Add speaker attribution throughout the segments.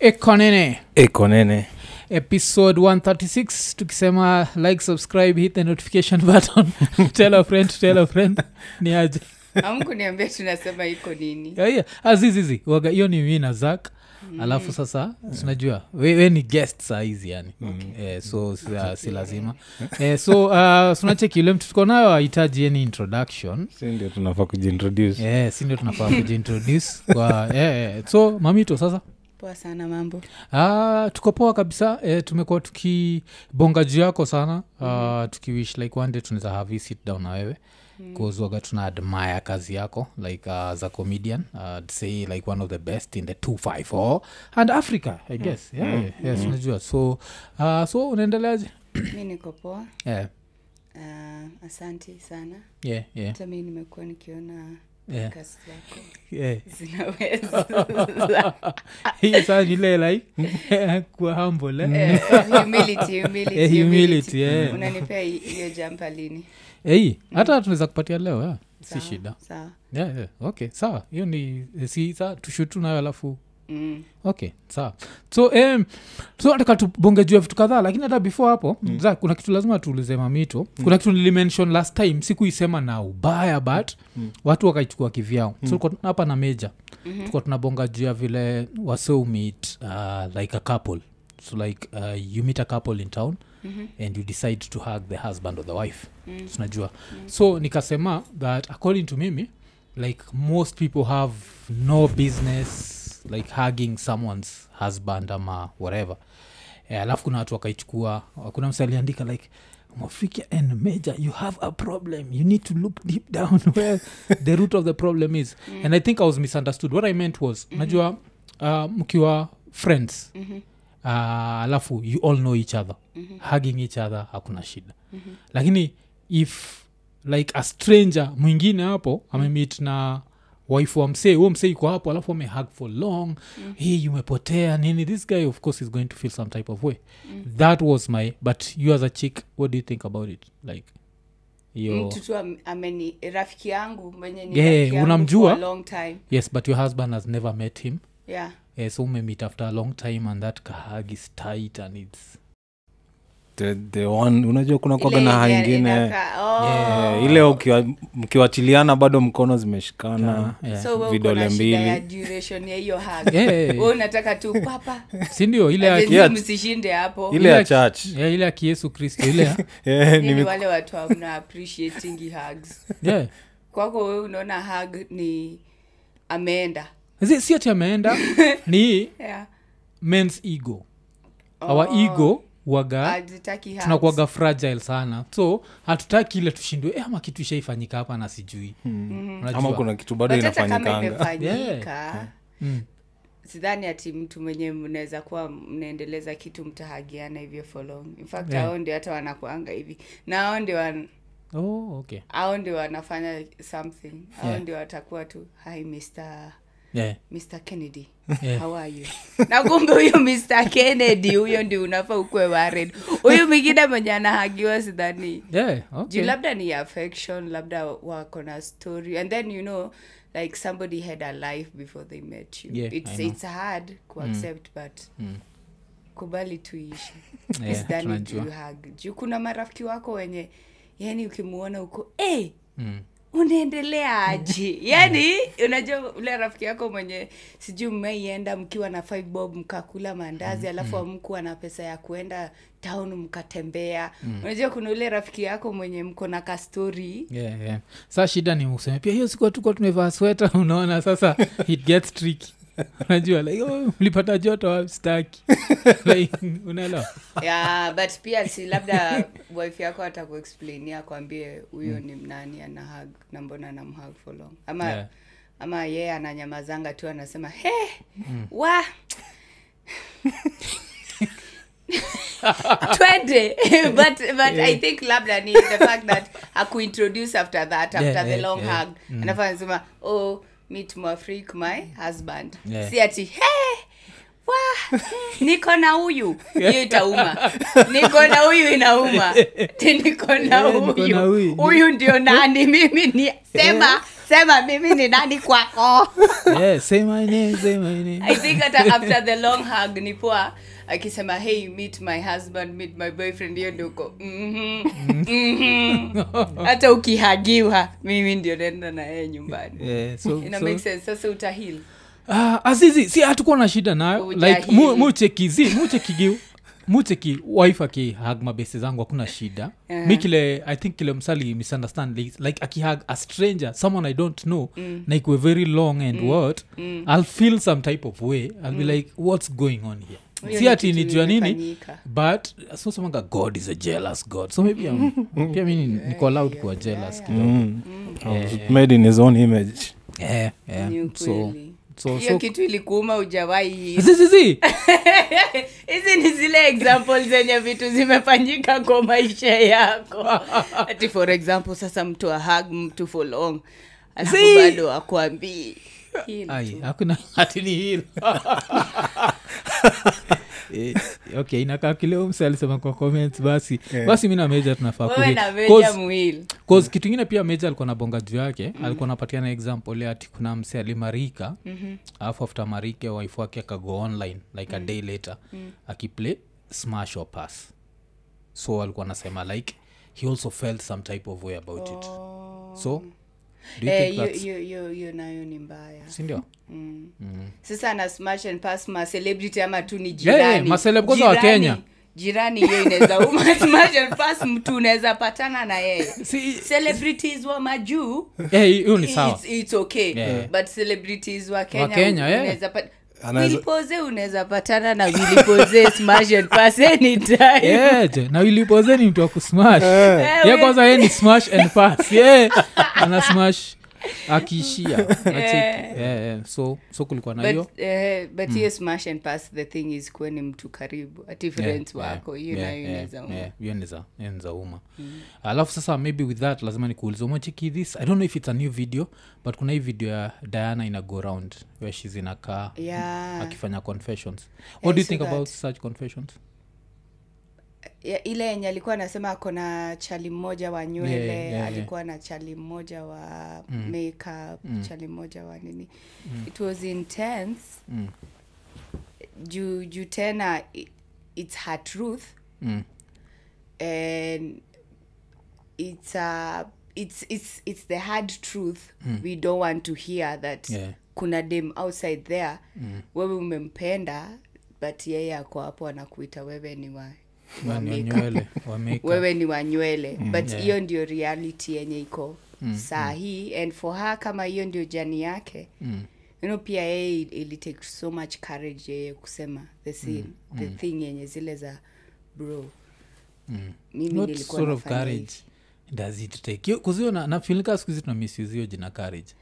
Speaker 1: ekonene
Speaker 2: ekonene
Speaker 1: E episode 136 tukisema like subscribe hit the notification button tell a friend tell a friend ni aje
Speaker 3: amkuniambia tunasema iko nini
Speaker 1: Yeah, yeah. Ah, zi, zi, zi. Waga, hiyo ni mi na zak alafu sasa tunajua we, we ni guest saa hizi yani eh, so si- ah, si lazima eh, so uh, sunacheki ule mtu tuko nayo ahitaji any introduction
Speaker 2: sindio tunafaa kujiintroduce yeah.
Speaker 1: eh, si ndio tunafaa kujiintroduce kwa eh, eh. so mamito sasa
Speaker 3: poa sana mambo
Speaker 1: Ah, tuko poa kabisa e, tumekuwa tukibonga juu yako sana mm-hmm. tukiwish like one day tunaweza have hii sit down na wewe kuzwaga tuna admire kazi yako like uh, za comedian uh, say like one of the best in the 254 and africa i guess yeah, Mm-hmm. yes unajua so uh, so unaendeleaje
Speaker 3: mi niko poa
Speaker 1: yeah.
Speaker 3: uh, asanti sana
Speaker 1: Yeah, yeah,
Speaker 3: hata mi nimekuwa nikiona
Speaker 1: Yeah.
Speaker 3: kazi zako
Speaker 1: yeah.
Speaker 3: zinaweza
Speaker 1: hiyo saa ni ile like kuwa humble eh?
Speaker 3: Eh,
Speaker 1: Eh,
Speaker 3: humility, humility,
Speaker 1: humility,
Speaker 3: humility.
Speaker 1: yeah.
Speaker 3: unanipea hi- hiyo jampa lini
Speaker 1: Ei, Eh, hata tunaweza kupatia leo yeah. si
Speaker 3: Sawa,
Speaker 1: shida
Speaker 3: sawa
Speaker 1: yeah, yeah. okay sawa hiyo ni eh, si saa tushutu nayo alafu
Speaker 3: Mm.
Speaker 1: okay sawa so um, so nataka tubongejua vitu kadhaa lakini hata before hapo mm. za, kuna kitu lazima tuulize mamito mm. kuna kitu nilimention last time sikuisema na ubaya but mm. watu wakaichukua kivyao mm. so tulikuwa tuna- hapa na meja mm-hmm.
Speaker 3: Mhm,
Speaker 1: tuka tunabonga juu ya vile waseumit uh, like a couple so like uh, you meet a couple in town
Speaker 3: mhm,
Speaker 1: mm-hmm. and you decide to hug the husband or the wife mm. tunajua mm. so nikasema that according to mimi like most people have no business like hugging someone's husband ama whatever Eh, alafu kuna watu wakaichukua kuna msa aliandika like mwafrika and major you have a problem you need to look deep down where the root of the problem is mm. and i think i was misunderstood what i meant was mm-hmm. najua uh, mkiwa friends mm-hmm. uh, alafu you all know each other mm-hmm. hugging each other hakuna shida mm-hmm. lakini if like a stranger mwingine hapo amemit na waifu wa msee huo msee iko hapo alafu amehug for long mm. hii umepotea nini this guy of course is going to feel some type of way mm. that was my but you as a chick what do you think about it like yo
Speaker 3: mtu tu am- ameni rafiki yangu mwenye ni
Speaker 1: Yeah,
Speaker 3: rafiki yangu
Speaker 1: unamjua?
Speaker 3: for a long time
Speaker 1: yes but your husband has never met him
Speaker 3: yeah
Speaker 1: yeah, so umemit after a long time and that kahag is tight and its
Speaker 2: the, the one unajua kuna kwaga
Speaker 3: Ile
Speaker 2: na
Speaker 3: ina-
Speaker 2: hangine
Speaker 3: inakaa- oh.
Speaker 2: Eh, ile ukiwa- mkiwachiliana bado mkono zimeshikana Eh,
Speaker 1: yeah.
Speaker 3: so wewe uko
Speaker 2: vidole
Speaker 3: na shida ya
Speaker 2: mbili
Speaker 3: duration ya hiyo
Speaker 1: Yeah,
Speaker 3: hug
Speaker 1: yeah, yeah.
Speaker 3: Wewe unataka tu papa
Speaker 1: sindio ile ya-
Speaker 3: As in,
Speaker 2: Yeah.
Speaker 3: msishinde hapo
Speaker 2: ile ya
Speaker 1: Ile-
Speaker 2: church
Speaker 1: yeah, ile ya kiesu kristo ile ya-
Speaker 2: Eh,
Speaker 3: Yaani
Speaker 2: nime-
Speaker 3: wale watu hamna appreciating hugs
Speaker 1: yeah
Speaker 3: kwako wewe unaona hug ni ameenda
Speaker 1: Si- si ati ameenda ni
Speaker 3: yeah.
Speaker 1: men's ego our
Speaker 3: Oh.
Speaker 1: ego waga
Speaker 3: Hazitaki hugs.
Speaker 1: tunakuaga fragile sana so hatutaki ile tushindwe eh, ama kitu ishaifanyika hapa na sijui
Speaker 3: Mm-hmm.
Speaker 1: Unajua?
Speaker 2: Hmm. ama kuna kitu bado
Speaker 3: But hata kama
Speaker 2: inafanyikanga Mm.
Speaker 3: imefanyika Mm. sidhani ati mtu mwenye mnaweza kuwa mnaendeleza kitu mtahagiana hivyo for long in fact
Speaker 1: Yeah.
Speaker 3: hao ndio hata wanakuanga hivi na hao ndio wan-
Speaker 1: oh, okay.
Speaker 3: hao ndio wanafanya something hao
Speaker 1: Yeah.
Speaker 3: ndio watakuwa tu hi mr
Speaker 1: yeah.
Speaker 3: mr kennedy
Speaker 1: Yeah.
Speaker 3: how are you na kumbe huyo mr kennedy huyo ndio unafaa ukue wared huyu mwingine mwenye anahagiwa sidhani
Speaker 1: Yeah, okay.
Speaker 3: juu labda ni affection labda wako na story and then you know like somebody had a life before they met you
Speaker 1: Yeah, I
Speaker 3: it's,
Speaker 1: know.
Speaker 3: it's hard kuaccept mm. but mm. kubali tuishi
Speaker 1: Yeah,
Speaker 3: Sidhani
Speaker 1: tunajua.
Speaker 3: juu hug. juu kuna marafiki wako wenye yani ukimuona huko hey, mm unaendelea aji yani Yaani, unajua ule rafiki yako mwenye sijui mmeienda mkiwa na five bob mkakula mandazi alafu amkuwa na pesa ya kuenda town mkatembea unajua kuna ule rafiki yako mwenye mko na kastori
Speaker 1: Yeah, yeah. saa shida ni useme pia hiyo siku tukuwa tumevaa sweta unaona sasa it gets tricky unajua like, oh, mlipata joto staki like, unaelewa
Speaker 3: yeah, but pia si labda wife yako atakuexplainia akwambie huyo ni mnani ana hug na mbona ana mhug for long ama
Speaker 1: Hmm. Yeah.
Speaker 3: ama yeye ananyamazanga tu anasema he
Speaker 1: Hmm.
Speaker 3: wa twende but, but i think labda ni the fact that akuintroduce after that after
Speaker 1: Yeah,
Speaker 3: the
Speaker 1: yeah,
Speaker 3: long
Speaker 1: yeah. Hmm.
Speaker 3: hug anafaa anasema oh meet mwafrik my husband
Speaker 1: Yeah.
Speaker 3: si ati hey, wa niko na huyu hiyo itauma niko na huyu inauma Ti niko na
Speaker 1: Yeah, Eh, niko na
Speaker 3: huyu
Speaker 1: huyu.
Speaker 3: huyu ndio nani mimi ni sema sema mimi ni nani kwako
Speaker 1: Yeah, say my name, say my name.
Speaker 3: i think hata after the long hug ni poa akisema hey meet my husband meet my boyfriend hiyo ndio uko mhm, mhm. hata ukihagiwa mimi ndio naenda na yeye nyumbani
Speaker 1: Yeah, so-
Speaker 3: ina
Speaker 1: so-
Speaker 3: make sense sasa utahil
Speaker 1: Ah, azizi si hatukuwa na shida nayo
Speaker 3: Ujahili.
Speaker 1: like mu- mucheki zi mucheki mucheki wife akihag mabesi zangu hakuna shida
Speaker 3: Eh.
Speaker 1: mi kile i think kile msali misunderstand like, like akihag a stranger someone i don't know mm. na ikuwe very long and mm. what mm. i'll feel some type of way i'll mm. be like what's going on here
Speaker 3: Hiyo
Speaker 1: si
Speaker 3: ni
Speaker 1: ati
Speaker 3: kitu
Speaker 1: nijua nini
Speaker 3: imefanyika.
Speaker 1: but sosemanga god is a jealous god so maybe I'm, pia mi ni- niko loud kuwa jealous kidogo
Speaker 2: Mm. I was made in his own image
Speaker 1: Eh, eh,
Speaker 3: Ni
Speaker 1: so-
Speaker 3: ukweli.
Speaker 1: so-
Speaker 3: hiyo
Speaker 1: so-
Speaker 3: kitu ilikuuma ujawahi
Speaker 1: zizizi
Speaker 3: hizi ni zile example zenye vitu zimefanyika kwa maisha yako ati for example sasa mtu ahag mtu for long alafu
Speaker 1: See?
Speaker 3: bado akwambii
Speaker 1: ai hakuna hati ni hilo Eh, okay inakaa kile huyu mse alisema kwa comments basi basi mi na meja tunafaa
Speaker 3: wewe
Speaker 1: kuhit.
Speaker 3: na
Speaker 1: Ah, 'Cause-
Speaker 3: meja mwili
Speaker 1: 'cause kitu ingine pia meja alikuwa na bonga juu yake
Speaker 3: Mhm.
Speaker 1: alikuwa napatiana example ya ati kuna mse alimarika
Speaker 3: Mhm.
Speaker 1: alafu after marike wife wake akago online like a day later
Speaker 3: Mm.
Speaker 1: akiplay smash or pass so alikuwa anasema like he also felt some type of way about it so do you
Speaker 3: Oh. Eh,
Speaker 1: think
Speaker 3: hiyo-
Speaker 1: that's-
Speaker 3: hiyo hiyo- hiyo nayo ni mbaya
Speaker 1: sindio
Speaker 3: sasa na smash and pass ma celebrity ama tu ni
Speaker 1: Yeah,
Speaker 3: jirani
Speaker 1: yeah, Eh, ma celeb kwanza wa
Speaker 3: Jirani-
Speaker 1: Kenya.
Speaker 3: jirani hiyo inaweza uma smash and pass mtu unaweza patana na yeye
Speaker 1: Si-
Speaker 3: celebrities wa majuu
Speaker 1: Eh, hiyo ni sawa
Speaker 3: It's- it's okay
Speaker 1: Yeah.
Speaker 3: but celebrities wa
Speaker 1: Wa Kenya, yeah.
Speaker 3: unaweza pat-
Speaker 2: Anaweza-
Speaker 3: Willipoze unaweza patana na wilipose smash and pass anytime
Speaker 1: yeje Eh, na ilipozeni mtu wa kusmash ye
Speaker 3: Eh, we-
Speaker 1: kwanza ye ni smash and pass ye ana smash akiishia Acheki. Yeah, yeah. eh, so so kulikuwa na hiyo
Speaker 3: Eh. but eh, but
Speaker 1: Hmm.
Speaker 3: hiyo smash and pass the thing is kuwe ni mtu karibu ati friends
Speaker 1: Yeah,
Speaker 3: wako
Speaker 1: yeah,
Speaker 3: hiyo Mm.
Speaker 1: yeah,
Speaker 3: nayo
Speaker 1: yeah,
Speaker 3: inaweza
Speaker 1: yeah, hiyo ni za- hiyo ni za umma alafu sasa maybe with that lazima nikuulize umecheki this i don't know if it's a new video but kuna hii video ya diana ina go round where shes inakaa
Speaker 3: Yeah.
Speaker 1: akifanya confessions what
Speaker 3: Yeah,
Speaker 1: do
Speaker 3: I
Speaker 1: you think
Speaker 3: saw that.
Speaker 1: about such confessions
Speaker 3: ya ile yenye alikuwa anasema ako na chali mmoja wa nywele
Speaker 1: Yeah, yeah, Mm. yeah.
Speaker 3: alikuwa na chali mmoja wa makeup chali mmoja wa nini
Speaker 1: Mm.
Speaker 3: it was intense juu juu tena i- it's her truth
Speaker 1: Mm.
Speaker 3: and it's a it's it's it's the hard truth we don't want to hear that
Speaker 1: Mm. Yeah. Mm.
Speaker 3: kuna dem outside there wewe umempenda but yeye ako hapo anakuita wewe ni wa wa
Speaker 1: Nani wa
Speaker 3: makeup
Speaker 1: nywele wa makeup.
Speaker 3: wewe ni wa nywele mm. but hiyo ndio reality yenye iko mm. saa hii and for her kama hiyo ndio jani yake mm. you know, pia yeye il- ilitake so much courage yeye kusema the scene, mm. the thing yenye zile za bro mm. mimi
Speaker 1: what
Speaker 3: nilikuwa
Speaker 1: sort of
Speaker 3: nafanya
Speaker 1: courage
Speaker 3: hivi.
Speaker 1: does it take Yo- 'cause hiyo na- nafilika siku hizi tuna misuse hiyo jina courage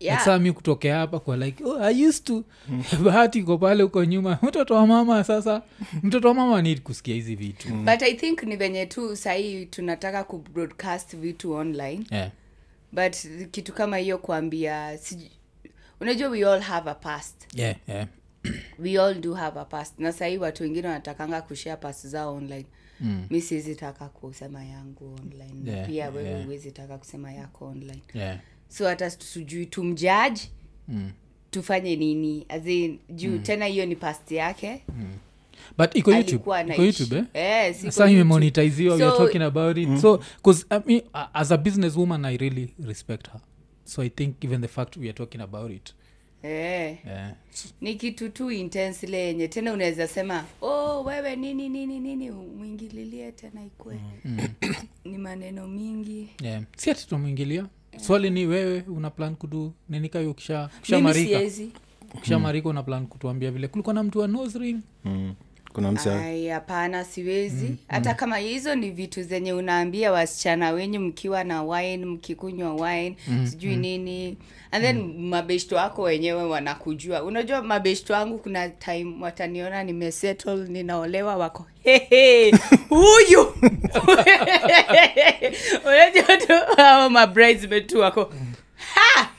Speaker 3: Yeah.
Speaker 1: Like saa mi kutokea hapa kwa like oh, i used to bahati iko pale huko nyuma mtoto wa mama sasa mtoto wa mama need kusikia hizi vitu
Speaker 3: but i think ni venye tu sahii tunataka kubroadcast vitu online
Speaker 1: yeah.
Speaker 3: but kitu kama hiyo kuambia sij- unajua we all have a past
Speaker 1: Yeah, yeah.
Speaker 3: we all do have a past na sahii watu wengine wanatakanga kushare past zao online mm. mi siwezi taka kusema yangu online na
Speaker 1: Yeah,
Speaker 3: pia wewe
Speaker 1: yeah.
Speaker 3: huwezi taka kusema yako online
Speaker 1: Yeah.
Speaker 3: so hata sijui tumjaji mm. tufanye nini As in, juu mm. tena hiyo ni past yake
Speaker 1: but iko youtube
Speaker 3: alikuwa
Speaker 1: iko youtube eh?
Speaker 3: Yes, iko
Speaker 1: saa
Speaker 3: YouTube.
Speaker 1: imemonetiziwa weare
Speaker 3: So-
Speaker 1: talking about it so bcause I mean, a- as a business woman i really respect her so i think even the fact we are talking about it
Speaker 3: Eh.
Speaker 1: yeah.
Speaker 3: ni kitu tu intense ile yenye tena unaweza sema oh wewe nini nini nini mwingililie tena ikwe mm. ni maneno mingi
Speaker 1: yeah. si ati tumwingilia swali ni wewe una plan kudu ninika hiyo kisha kisha
Speaker 3: mimi
Speaker 1: marika
Speaker 3: siwezi
Speaker 1: kisha marika una plan kutuambia vile kulikuwa na mtu wa nose ring
Speaker 2: mm. kuna msa
Speaker 3: Ai, hapana siwezi hata kama hizo ni vitu zenye unaambia wasichana wenyu mkiwa na wine mkikunywa wine sijui nini and then mabeshto wako wenyewe wanakujua unajua mabeshto wangu kuna time wataniona nimesettle ninaolewa wako "Hehe, huyu unajua tu hao mabridemetu wako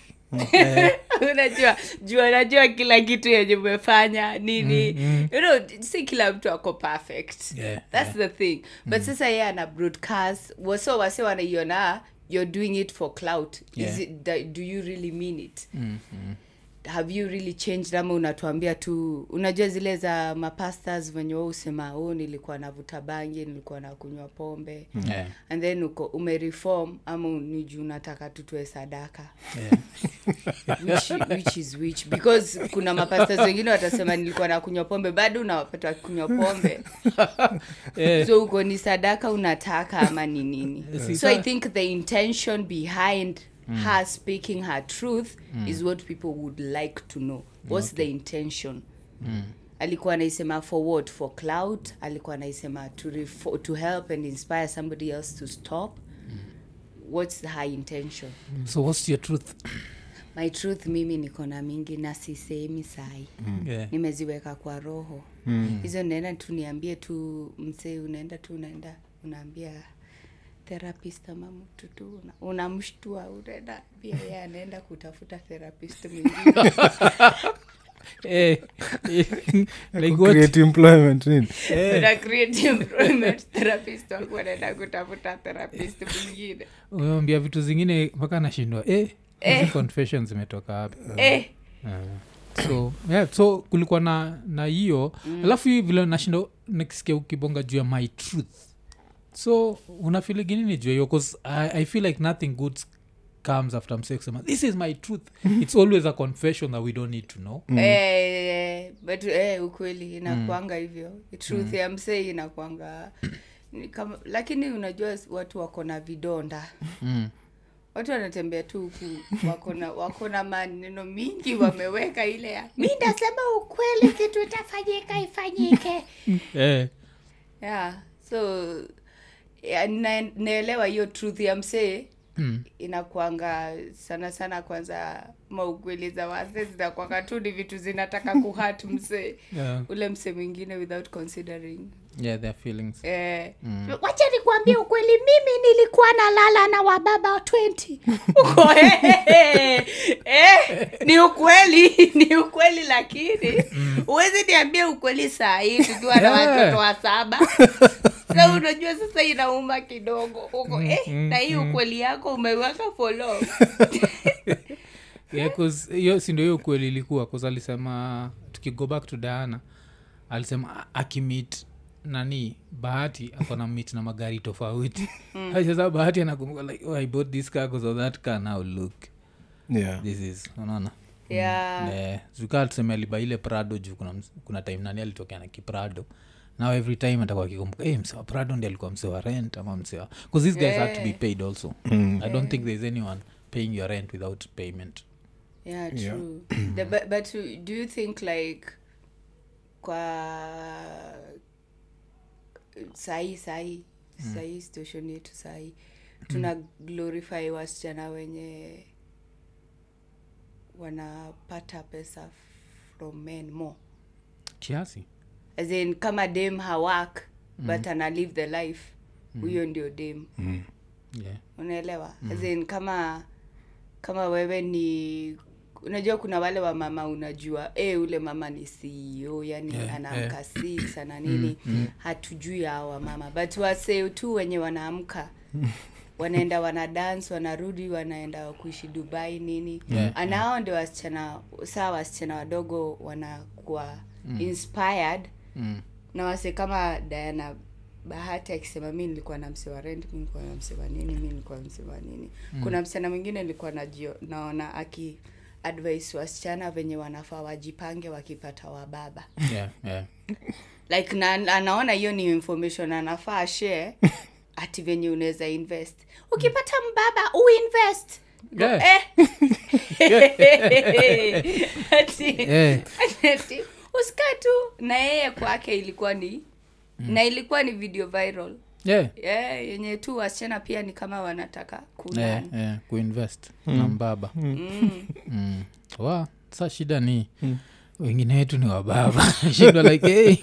Speaker 3: unajua juu anajua kila kitu yenye umefanya nini you know, si kila mtu ako perfect
Speaker 1: Mm, Yeah, Mm.
Speaker 3: that's the thing but sasa yeye ana broadcast waso wase wanaiona you're doing it for clout
Speaker 1: Yeah. Mm-hmm.
Speaker 3: is it, da, do you really mean it have you really changed ama unatuambia tu unajua zile za mapastas venye wa usema oh, nilikuwa navuta bangi nilikuwa nakunywa pombe
Speaker 1: Yeah.
Speaker 3: and then uko umereform ama ni juu unataka tu tuwe sadaka which, which is which because kuna mapastas wengine watasema nilikuwa nakunywa pombe bado unawapata wakinywa pombe
Speaker 1: Eh,
Speaker 3: so uko ni sadaka unataka ama ni nini
Speaker 1: Si
Speaker 3: so i
Speaker 1: sa-
Speaker 3: think the intention behind Eh, mm. her speaking her truth mm. is what people would like to know what's okay. the intention mm. alikuwa anaisema for what for clout alikuwa anaisema to, refo- to help and inspire somebody else to stop mm. what's her intention
Speaker 1: so what's your truth
Speaker 3: my truth mimi niko na mingi na sisemi sai
Speaker 1: Yeah.
Speaker 3: nimeziweka kwa roho mm. hizo naenda tu niambie tu msee unaenda tu unaenda unaambia therapist ama mtu tu una- unamshtua unaenda pia yeye anaenda kutafuta therapist mwingine
Speaker 1: Eh, like what-
Speaker 2: Create employment, nini?
Speaker 3: Una create employment therapist wangu anaenda kutafuta therapist mwingine
Speaker 1: Mm. umeambia vitu zingine mpaka nashindwa eh, hizi confession zimetoka wapi
Speaker 3: eh,
Speaker 1: so yeah, so kulikuwa na na hiyo mm. alafu hii vile nashinda nikisikia ukibonga juu ya my truth so unafiligi nini juu ya hiyo 'Cause I, i feel like nothing good comes after msee kusema this is my truth it's always a confession that we don't need to know
Speaker 3: eh, eh, but eh, ukweli inakuanga
Speaker 1: Mm.
Speaker 3: hivyo truth ya msei inakuanga ni kama, lakini unajua watu wako na vidonda
Speaker 1: mm.
Speaker 3: watu wanatembea tu huku wako na- wako na maneno mingi wameweka ile ya mi ndasema ukweli kitu itafanyika ifanyike
Speaker 1: eh,
Speaker 3: yeah so ya, na, naelewa hiyo truth ya msee
Speaker 1: mm.
Speaker 3: inakwanga sana sana kwanza maukweli za wase zinakwanga tu ni vitu zinataka kuhat msee
Speaker 1: yeah,
Speaker 3: ule msee mwingine without considering
Speaker 1: yeah, their feelings
Speaker 3: eh,
Speaker 4: wacha nikuambia ukweli mimi nilikuwa nalala na wababa 20
Speaker 3: uko eh, eh, ni ukweli ni ukweli lakini huwezi niambia ukweli saa hii tukiwa na
Speaker 1: Yeah.
Speaker 3: watoto wa saba sa unajua sasa inauma kidogo uko eh, na hii ukweli yako umeweka for long
Speaker 1: yeah, 'cause hiyo sindo hiyo kweli ilikuwa 'cause alisema tukigo back to diana alisema a- akimit nani bahati akona mit na magari tofauti sasa bahati anakumbuka like oh, i bought this car because of that car now look
Speaker 2: Yeah.
Speaker 1: this is unaona
Speaker 3: yeah.
Speaker 1: Eh, jukaa tuseme aliba ile prado juu kuna, ms- kuna time nani alitokea na kiprado now every time atakuwa akikumbuka hey, msewa prado ndi alikuwa msewa rent ama msewa bcause these guys yeah. had to be paid also mm. i don't think thereis anyone paying your rent without payment
Speaker 3: yeah true the, but, but do you think like kwa sahii sahii sahii station yetu sahii tuna glorify wasichana wenye wanapata pesa from men more
Speaker 1: kiasi
Speaker 3: as in kama dem hawak but ana live the life huyo ndio dem
Speaker 1: yeah.
Speaker 3: unaelewa mm. in kama kama wewe ni unajua kuna wale wa mama unajua e, ule mama ni ceo yani yeah, anaamka yeah. six ana nini Eh, mm. hatujui hao wamama but wasee tu wenye wanaamka wanaenda wana dance wanarudi wanaenda kuishi dubai nini
Speaker 1: Yeah,
Speaker 3: yeah, anao ndio wasichana saa wasichana wadogo wanakuwa mm. inspired
Speaker 1: mm.
Speaker 3: na wase kama diana bahati akisema mi nilikuwa na msewa rent mi nilikuwa na msewa nini mi nilikuwa na msewa nini mm. kuna msichana mwingine nilikuwa najio naona aki advice wasichana venye wanafaa wajipange wakipata wababa
Speaker 1: yeah, yeah.
Speaker 3: like na, anaona hiyo ni information anafaa share ati venye unaweza invest ukipata mbaba uinvest Go,
Speaker 1: Yeah.
Speaker 3: eh. Ati-
Speaker 1: Eh.
Speaker 3: Ati, usikae tu na yeye kwake ilikuwa ni
Speaker 1: Mm.
Speaker 3: na ilikuwa ni video viral
Speaker 1: Yeah.
Speaker 3: yeah, yenye tu wasichana pia ni kama wanataka
Speaker 1: Yeah,
Speaker 3: kunani
Speaker 1: yeah, kuinvest na mbaba mm. wa sa shida ni
Speaker 2: Mm.
Speaker 1: wengine wetu ni wababa shindwa like hey,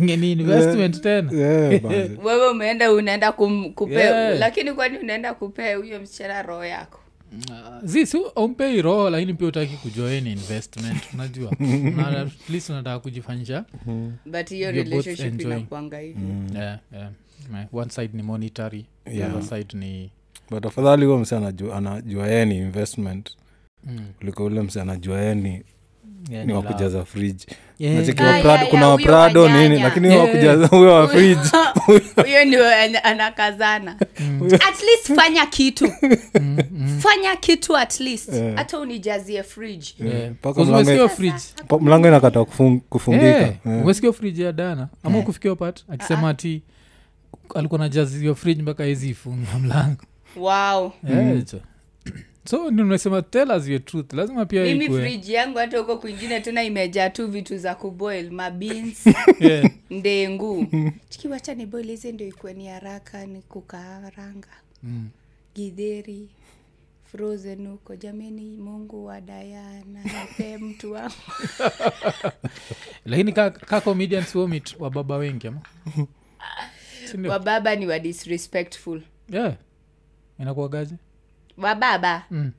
Speaker 1: ngeni investment tena
Speaker 2: Yeah, basi.
Speaker 3: wewe umeenda unaenda kum, kupe
Speaker 1: Yeah.
Speaker 3: lakini kwani unaenda kupea huyo msichana roho yako
Speaker 1: Ah, zi si ompei roho lakini pia utaki kujoin investment unajua Na at least unataka kujifanyisha
Speaker 3: but hiyo
Speaker 1: You're both
Speaker 3: relationship
Speaker 1: enjoying. Mm.
Speaker 3: inakuanga hivyo
Speaker 1: yeah, yeah. Eh, one side ni monetary the
Speaker 2: Yeah.
Speaker 1: other side ni
Speaker 2: but afadhali huo mse anajua, anajua yeye ni investment
Speaker 1: Mm.
Speaker 2: kuliko ule mse anajua yeye ni, ni wakujaza friji
Speaker 1: Yeah.
Speaker 2: Nacheki
Speaker 3: Ah,
Speaker 2: wa
Speaker 3: yeah,
Speaker 2: Prado-
Speaker 3: yeah,
Speaker 2: kuna
Speaker 3: huyo
Speaker 2: waprado
Speaker 3: wa
Speaker 2: nini
Speaker 3: nyanya.
Speaker 2: lakini
Speaker 1: Yeah.
Speaker 2: wakujaza huyo wa friji
Speaker 3: huyo ndio ana- anakazana
Speaker 1: Mm.
Speaker 4: at least fanya kitu fanya kitu at least
Speaker 3: hata unijazie fridge
Speaker 1: Yeah.
Speaker 2: Mpaka
Speaker 1: Cause
Speaker 2: mlango-
Speaker 1: umesikia fridge
Speaker 2: Pa- mlango inakata kufung- kufungika
Speaker 1: Eh, umesikia friji ya dana ama
Speaker 3: Eh.
Speaker 1: ukufikia
Speaker 3: Ah,
Speaker 1: pat akisema ati alikuwa najazio friji mpaka ezifunga mlango
Speaker 3: wow
Speaker 1: Eh, hicho. so ndio unasema tell us your truth lazima pia
Speaker 3: mimi
Speaker 1: ikue.
Speaker 3: friji yangu hata huko kwingine tena imejaa tu vitu za kuboil mabins
Speaker 1: Yeah.
Speaker 3: ndengu
Speaker 1: Mm.
Speaker 3: chikiwacha ni boil hizi ndio ikuwe ni haraka ni kukaaranga
Speaker 1: Mm.
Speaker 3: gidheri frozen huko jameni mungu wa dayana nipe mtu wangu
Speaker 1: lakini ka, ka comedians vomit wa baba wengi ama Si ndio?
Speaker 3: wababa ni wa disrespectful
Speaker 1: yeah. inakuagaje
Speaker 3: wababa
Speaker 1: Mm.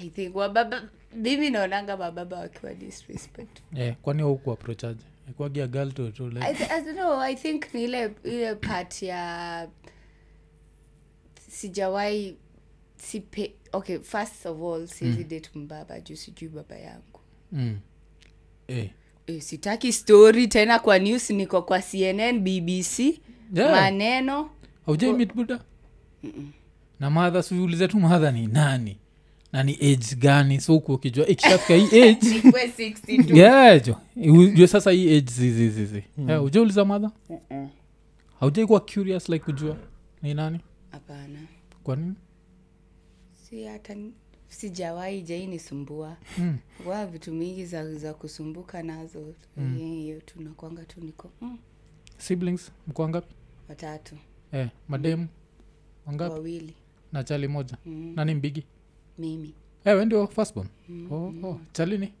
Speaker 3: i think wababa mimi naonanga wababa wakiwa disrespectful
Speaker 1: yeah. Eh, kwani auku aprochaje kwagia gal
Speaker 3: I,
Speaker 1: totole
Speaker 3: th- I don't know i think ni ile ile part ya sijawahi sipe okay first of all siwezi date mbaba juu sijui baba yangu
Speaker 1: mm. eh.
Speaker 3: Eh, sitaki story tena kwa news niko kwa cnn bbc
Speaker 1: Yeah.
Speaker 3: maneno
Speaker 1: haujai meet buda na madha siulize tu madha ni nani na ni age gani so uku ukijua ikishafika hii age
Speaker 3: Nikuwe 60 tu.
Speaker 1: yejo ujue sasa hii age zizizizi yeah, ujauliza Eh, madha haujaikuwa curious like kujua ni nani
Speaker 3: hapana
Speaker 1: kwa nini
Speaker 3: si hata ni- sijawahi jainisumbua
Speaker 1: Mm.
Speaker 3: wa vitu mingi za, za kusumbuka nazo hiyo mm. tunakwanga tu niko mm,
Speaker 1: siblings mko wangapi
Speaker 3: watatu
Speaker 1: eh, mademu wangapi
Speaker 3: wawili
Speaker 1: na chali moja nani mbigi
Speaker 3: mimi
Speaker 1: eh, we ndio firstborn oh, oh. chalini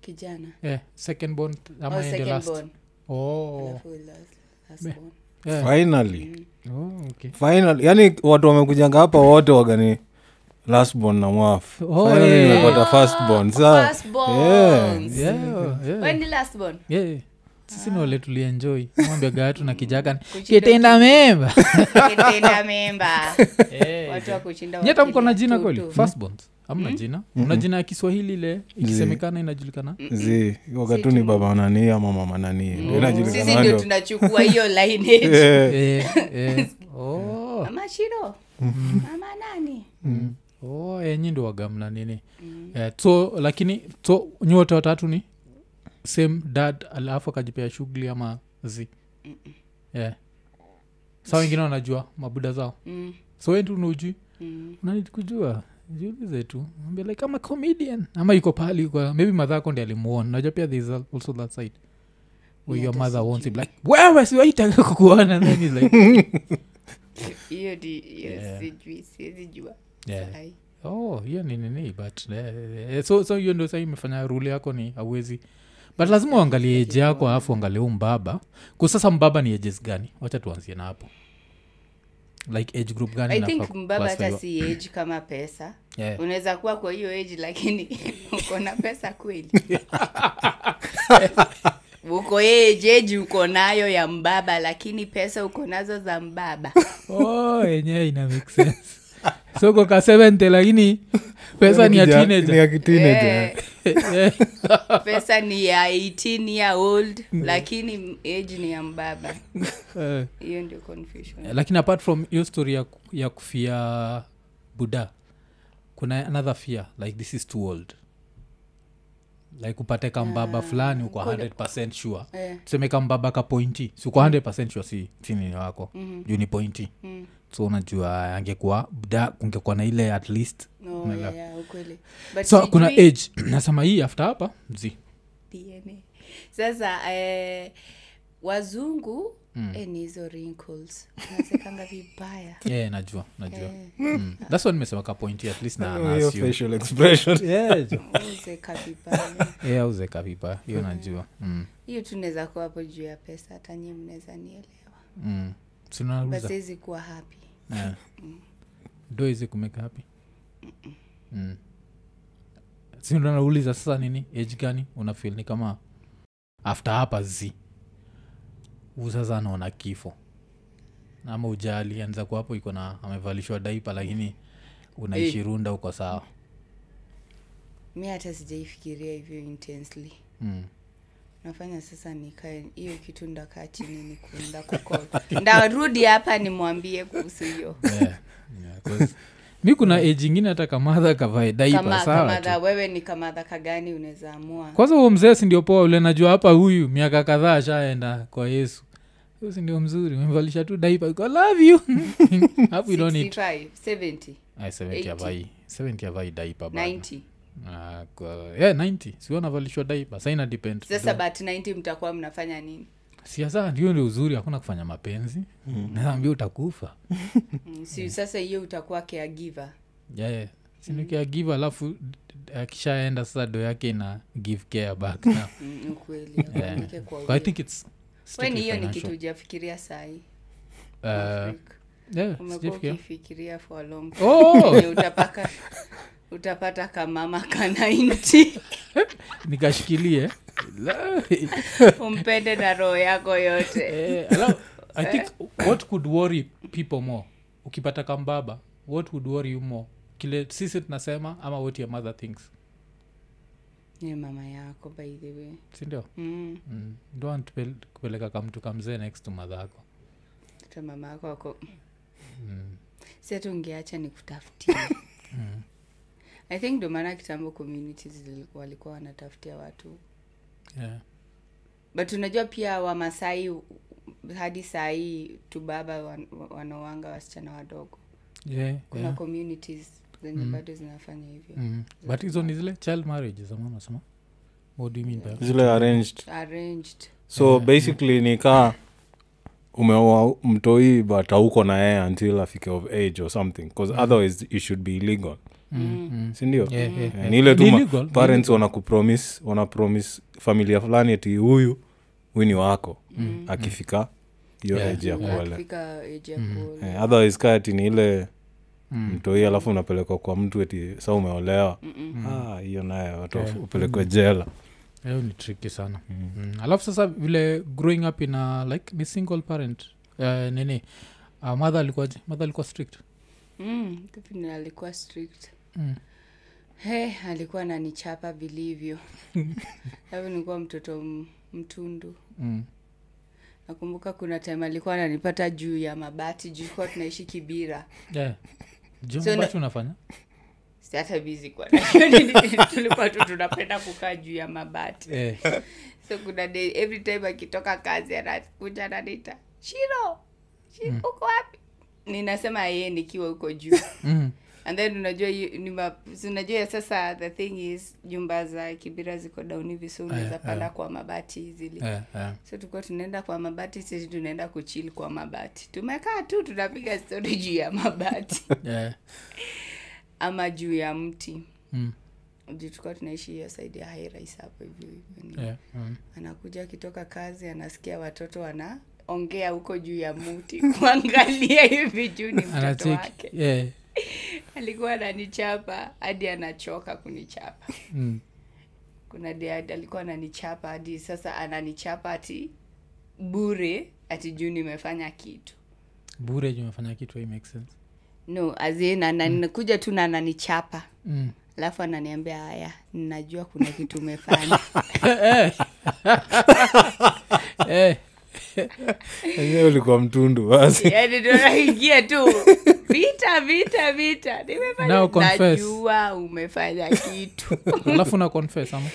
Speaker 3: kijana
Speaker 1: eh, second born ama
Speaker 3: Oh,
Speaker 1: yeye ndio
Speaker 3: second
Speaker 1: last
Speaker 3: born.
Speaker 1: oh.
Speaker 3: Alafu last- last born.
Speaker 1: Yeah.
Speaker 2: finally
Speaker 1: Oh, okay.
Speaker 2: finally yani watu wamekujanga hapa wote wagani lastborn na mwaf
Speaker 1: Oh,
Speaker 2: Finally
Speaker 1: yeah.
Speaker 2: nimepata firstborn Sa-
Speaker 3: First born.
Speaker 2: yeah.
Speaker 1: Yeah, yeah.
Speaker 3: When the last born?
Speaker 1: Yeah. sisi ni wale tulienjoi mwambia gayatu na kijakani kitenda mema
Speaker 3: Kitenda memba. Watu wa kushinda
Speaker 1: nyeta mko na
Speaker 3: wakili
Speaker 1: jina
Speaker 3: watoto.
Speaker 1: kweli firstborns amna jina una jina ya kiswahili ile ikisemekana inajulikana
Speaker 2: Mm. zi wakati ni baba nani ama mama nani Ndio
Speaker 3: Mm. sisi
Speaker 2: inajulikana
Speaker 3: ndio
Speaker 2: ndio.
Speaker 3: tunachukua hiyo lineage.
Speaker 2: Yeah.
Speaker 1: Eh, eh. Oh,
Speaker 3: mama shiro
Speaker 1: Mm.
Speaker 3: mama nani
Speaker 1: oh, enyi ndo wagamna nini Eh, so lakini so nyote watatu ni same dad alafu akajipea shughuli ama zi yeah. sa wengine wanajua mabuda zao
Speaker 3: Mm,
Speaker 1: so wentu unajui
Speaker 3: mm.
Speaker 1: unanidi kujua jiulize tu Mwambie like ama comedian ama yuko pahali yuko maybe madha ako ndi alimuona najua pia there is al- also that side where your mother wants him like wewe siwaitaka kukuona And then he's like
Speaker 3: hiyo di- hiyo sijui siwezi jua
Speaker 1: Yeah.
Speaker 3: Sahi.
Speaker 1: oh hiyo ni nini but eh, so so hiyo ndio sahii imefanya rule yako ni awezi but lazima uangalie eji yako alafu uangalie huu mbaba kwa sasa mbaba ni ages gani wacha tuanzie na hapo like age group gani
Speaker 3: i
Speaker 1: inafaa
Speaker 3: think mbaba hata
Speaker 1: kuclassifiwa?
Speaker 3: si age kama pesa
Speaker 1: Yeah.
Speaker 3: unaweza kuwa kwa hiyo age lakini uko na pesa kweli uko age age uko nayo ya mbaba lakini pesa uko nazo za mbaba
Speaker 1: Oh, yenyewe ina make sense so uko ka 70 lakini pesa ni ya
Speaker 2: Kijana- Yaani ni ya
Speaker 1: teenager
Speaker 2: kiteenager.
Speaker 3: Eh, pesa ni ya 18 year old
Speaker 1: Mm.
Speaker 3: lakini age ni ya mbaba
Speaker 1: Eh,
Speaker 3: hiyo ndio confusion
Speaker 1: lakini apart from hiyo story ya, ku- ya kufia buda kuna another fear like this is too old like upate kambaba fulani uko 100 sure
Speaker 3: Ah, Eh. Mm.
Speaker 1: tuseme kambaba kapointi si uko 100 sure si tini wako
Speaker 3: Mm-hmm.
Speaker 1: juu ni pointi so unajua angekuwa buda kungekuwa na ile at least
Speaker 3: no, yeah, yeah, ukweli But
Speaker 1: so kuna
Speaker 3: sijui-
Speaker 1: age nasema hii after hapa zi
Speaker 3: DNA. sasa eh, wazungu
Speaker 1: Hmm.
Speaker 3: mm. eh, ni hizo wrinkles nasekanga vibaya
Speaker 1: yeah, Eh, najua najua mm. thats why nimesema kapointi at least na
Speaker 2: Oh, Hiyo
Speaker 1: nasio
Speaker 2: facial expression.
Speaker 3: uzeka vibaya
Speaker 1: uzeka vipa Eh, hiyo najua mm.
Speaker 3: hiyo tunaweza kuwa hapo juu ya pesa hata nyie mnaweza nielewa
Speaker 1: mm.
Speaker 3: basi
Speaker 1: sinauza
Speaker 3: hizi kuwa hapi
Speaker 1: do izi kumeka hapi mm. sinauliza sasa nini age gani unafil ni kama after hapa zi usasa naona kifo ama ujali anza kuwapo iko na amevalishwa daipa lakini
Speaker 2: Eh.
Speaker 1: unaishirunda uko sawa
Speaker 3: mi hata sijaifikiria hivyo intensely
Speaker 1: mm.
Speaker 3: nafanya sasa nikae hiyo kitu ndakaa chini niku- ndakukol ndarudi hapa nimwambie kuhusu hiyo
Speaker 1: yeah. yeah, 'cause mi kuna age ingine hata kamadha kavae daipa
Speaker 3: kama
Speaker 1: sawa tu.
Speaker 3: kamadha wewe ni kamadhaka gani unaweza amua
Speaker 1: kwanza huo mzee sindio poa ule najua hapa huyu miaka kadhaa ashaenda kwa yesu huyu sindio mzuri umemvalisha tu daipa iko, "I love you hapo you don't need
Speaker 3: 65, 70,
Speaker 1: Ay, 70 avai 70 avai daipa bana.
Speaker 3: 90.
Speaker 1: Ah, kwa- yeah, 90 sio navalishwa daipa saina depend
Speaker 3: sasa but 90 mtakuwa mnafanya nini
Speaker 1: siasa ndio ndio uzuri hakuna kufanya mapenzi mm. naambia utakufa
Speaker 3: Mm, si sasa hiyo utakuwa caregiver
Speaker 1: yeah. sinukia give alafu akishaenda sasa do yake ina give care back now.
Speaker 3: Mm, ukweli uandike kwa
Speaker 1: i
Speaker 3: ukweli.
Speaker 1: think it's
Speaker 3: Kwani
Speaker 1: strictly
Speaker 3: hiyo ni kitu
Speaker 1: financial.
Speaker 3: ujafikiria sahii
Speaker 1: Uh, yeah,
Speaker 3: umekuwa
Speaker 1: sijafikiria.
Speaker 3: ukifikiria for a long time.
Speaker 1: Oh!
Speaker 3: Yenye utapaka utapata kamama ka 90
Speaker 1: nikashikilie
Speaker 3: umpende na roho yako yote
Speaker 1: Eh, alafu, i think what could worry people more ukipata kambaba what would worry you more kile sisi tunasema ama what your mother thinks
Speaker 3: ni mama yako by the way
Speaker 1: sindio
Speaker 3: mm.
Speaker 1: mm. don't pel- kupeleka kamtu kamzee next to madhako
Speaker 3: ta mama yako ako si hata ungeacha ni kutafutia i think ndo maana kitambo communities zili- walikuwa wanatafutia watu
Speaker 1: yeah.
Speaker 3: but unajua pia wamasai u- hadi sahii tu baba wan- wanaoanga wasichana wadogo
Speaker 1: Yeah,
Speaker 3: kuna
Speaker 1: yeah.
Speaker 3: communities zenye bado zinafanya hivyo
Speaker 1: Mm. but hizo ni zile child marriage zamanasema what do you mean by
Speaker 2: zile arranged
Speaker 3: arranged
Speaker 2: so basically ni kaa umeoa mtoi but auko na yeye until afike of age or something bcause otherwise it should be illegal
Speaker 3: Mm.
Speaker 2: sindio
Speaker 1: Mm. Yeah, yeah, yeah.
Speaker 2: ni ile tu
Speaker 1: Ni
Speaker 2: ma-
Speaker 1: illegal, ni
Speaker 2: parents wanakupromis wanapromis familia fulani ati huyu huyu ni wako akifika hiyo
Speaker 1: Mm. Yeah.
Speaker 2: age ya kuola
Speaker 3: akifika age ya kuola
Speaker 2: Eh, otherwise kaa ati ni ile
Speaker 1: Mm.
Speaker 2: mtoi alafu unapelekwa kwa mtu eti sa umeolewa
Speaker 3: Mm,
Speaker 2: Ah, hiyo naye watu
Speaker 1: Mm. Yeah. Mm.
Speaker 2: upelekwe jela
Speaker 1: hiyo ni triki sana mm. Mm. alafu sasa vile growing up in a, like ni single parent uh, nini uh, mother alikuwaje mother alikuwa strict
Speaker 3: mm, Tiffany alikuwa strict
Speaker 1: Mm.
Speaker 3: he alikuwa ananichapa vilivyo hapo nilikuwa mtoto m- mtundu
Speaker 1: mm.
Speaker 3: nakumbuka kuna time alikuwa ananipata juu ya mabati juu kuwa tunaishi kibira
Speaker 1: yeah. jo
Speaker 3: So na-
Speaker 1: ambacho unafanya
Speaker 3: Si hata bizi kwa najua nini. tulikuwa tu tunapenda kukaa juu ya mabati
Speaker 1: yeah.
Speaker 3: so kuna day every time akitoka kazi anakuja ananiita shiro shiro uko wapi ninasema yeye nikiwa huko juu
Speaker 1: mm.
Speaker 3: and then unajua hiyo- ni ma- si unajua ya sasa the thing is nyumba za kibira ziko down hivi so unaweza panda kwa mabati zili
Speaker 1: yeah, yeah.
Speaker 3: so tulikuwa tunaenda kwa mabati sisi tunaenda kuchili kwa mabati tumekaa tu tunapiga stori juu ya mabati
Speaker 1: yeah.
Speaker 3: ama juu ya mti
Speaker 1: Mm.
Speaker 3: juu tulikuwa tunaishi hiyo saidi ya hairais hapo hivyo hivyo
Speaker 1: yeah. Mm.
Speaker 3: anakuja akitoka kazi anasikia watoto wanaongea huko juu ya mti kuangalia hivi juu ni mtoto wake
Speaker 1: anacheki yeah.
Speaker 3: alikuwa ananichapa hadi anachoka kunichapa
Speaker 1: mm.
Speaker 3: kuna dad alikuwa ananichapa hadi sasa ananichapa ati bure ati juu nimefanya kitu
Speaker 1: bure ju umefanya kitu hii make sense
Speaker 3: no azin anakuja tu na ananichapa
Speaker 1: mm.
Speaker 3: alafu ananiambia haya ninajua kuna kitu umefanya
Speaker 1: eh.
Speaker 2: enyewe ulikuwa mtundu basi
Speaker 3: yani tunaingia Yaani tu vita vita vita nimefanya
Speaker 1: Now confess.
Speaker 3: najua umefanya kitu
Speaker 1: alafu na confess ama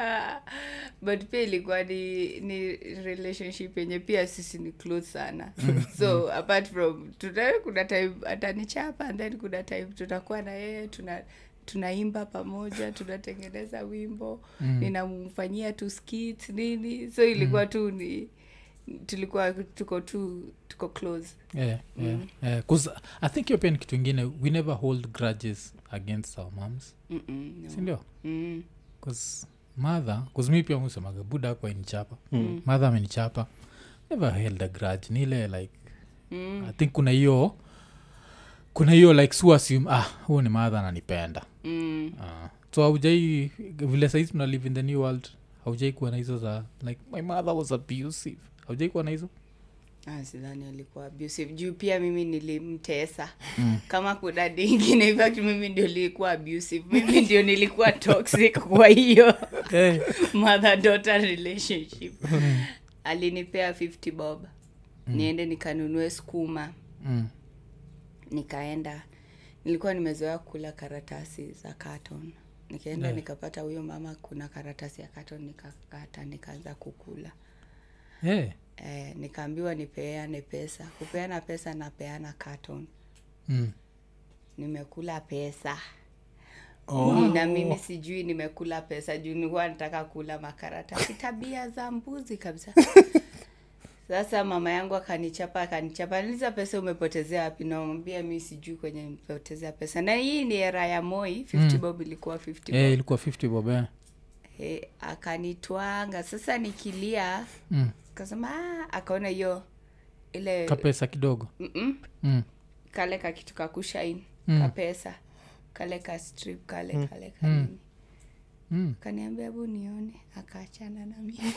Speaker 3: Ah, but pia ilikuwa ni, ni relationship yenye pia sisi ni close sana so apart from tuna, kuna time atanichapa and then kuna time tutakuwa na yeye tuna tunaimba pamoja tunatengeneza wimbo mm. ninamfanyia tu skit nini so ilikuwa mm. tu ni tulikuwa tuko tu tuko close
Speaker 1: yeah, yeah,
Speaker 3: Mm.
Speaker 1: yeah. 'Cause i think hiyo pia ni kitu ingine we never hold grudges against our moms
Speaker 3: mm -mm, no.
Speaker 1: sindio
Speaker 3: mm.
Speaker 1: madha mi pia musemaga buda ako anichapa mm. madha amenichapa never held a grudge nile like mm. i think kuna hiyo kuna hiyo like su assume ah huyu ni madha ananipenda
Speaker 3: Mm.
Speaker 1: uh, so haujai vile sahizi tuna live in the new world haujai kuwa na hizo za like my mother was abusive haujai kuwa na hizo
Speaker 3: Ah, sidhani alikuwa abusive juu pia mimi nilimtesa kama kuna dingine in fact mimi ndio nilikuwa abusive mimi ndio nilikuwa toxic kwa hiyo
Speaker 1: Eh.
Speaker 3: mother daughter relationship alinipea 50 bob niende nikanunue skuma
Speaker 1: Mm.
Speaker 3: nikaenda nilikuwa nimezoea kula karatasi za carton nikaenda nikapata huyo mama kuna karatasi ya carton nikakata nikaanza kukula
Speaker 1: Eh.
Speaker 3: eh, nikaambiwa nipeane pesa kupeana pesa napeana carton
Speaker 1: Mm.
Speaker 3: nimekula pesa oh. na mimi sijui nimekula pesa juu nilikuwa nataka kula makaratasi tabia za mbuzi kabisa sasa mama yangu akanichapa akanichapa niza pesa umepotezea wapi namwambia mi sijui kwenye nimepotezea pesa na hii ni era ya moi 50 bob ilikuwa 50
Speaker 1: Eh, ilikuwa 50 bob eh.
Speaker 3: Eh, akanitwanga sasa nikilia
Speaker 1: mm.
Speaker 3: kasema "Ah," akaona hiyo ile
Speaker 1: kapesa kidogo
Speaker 3: Mm-mm.
Speaker 1: mm.
Speaker 3: kale ka kitu kakushain mm. kapesa kale ka strip kale mm. kale kanini
Speaker 1: Mm.
Speaker 3: kaniambia hebu nione akaachana na mimi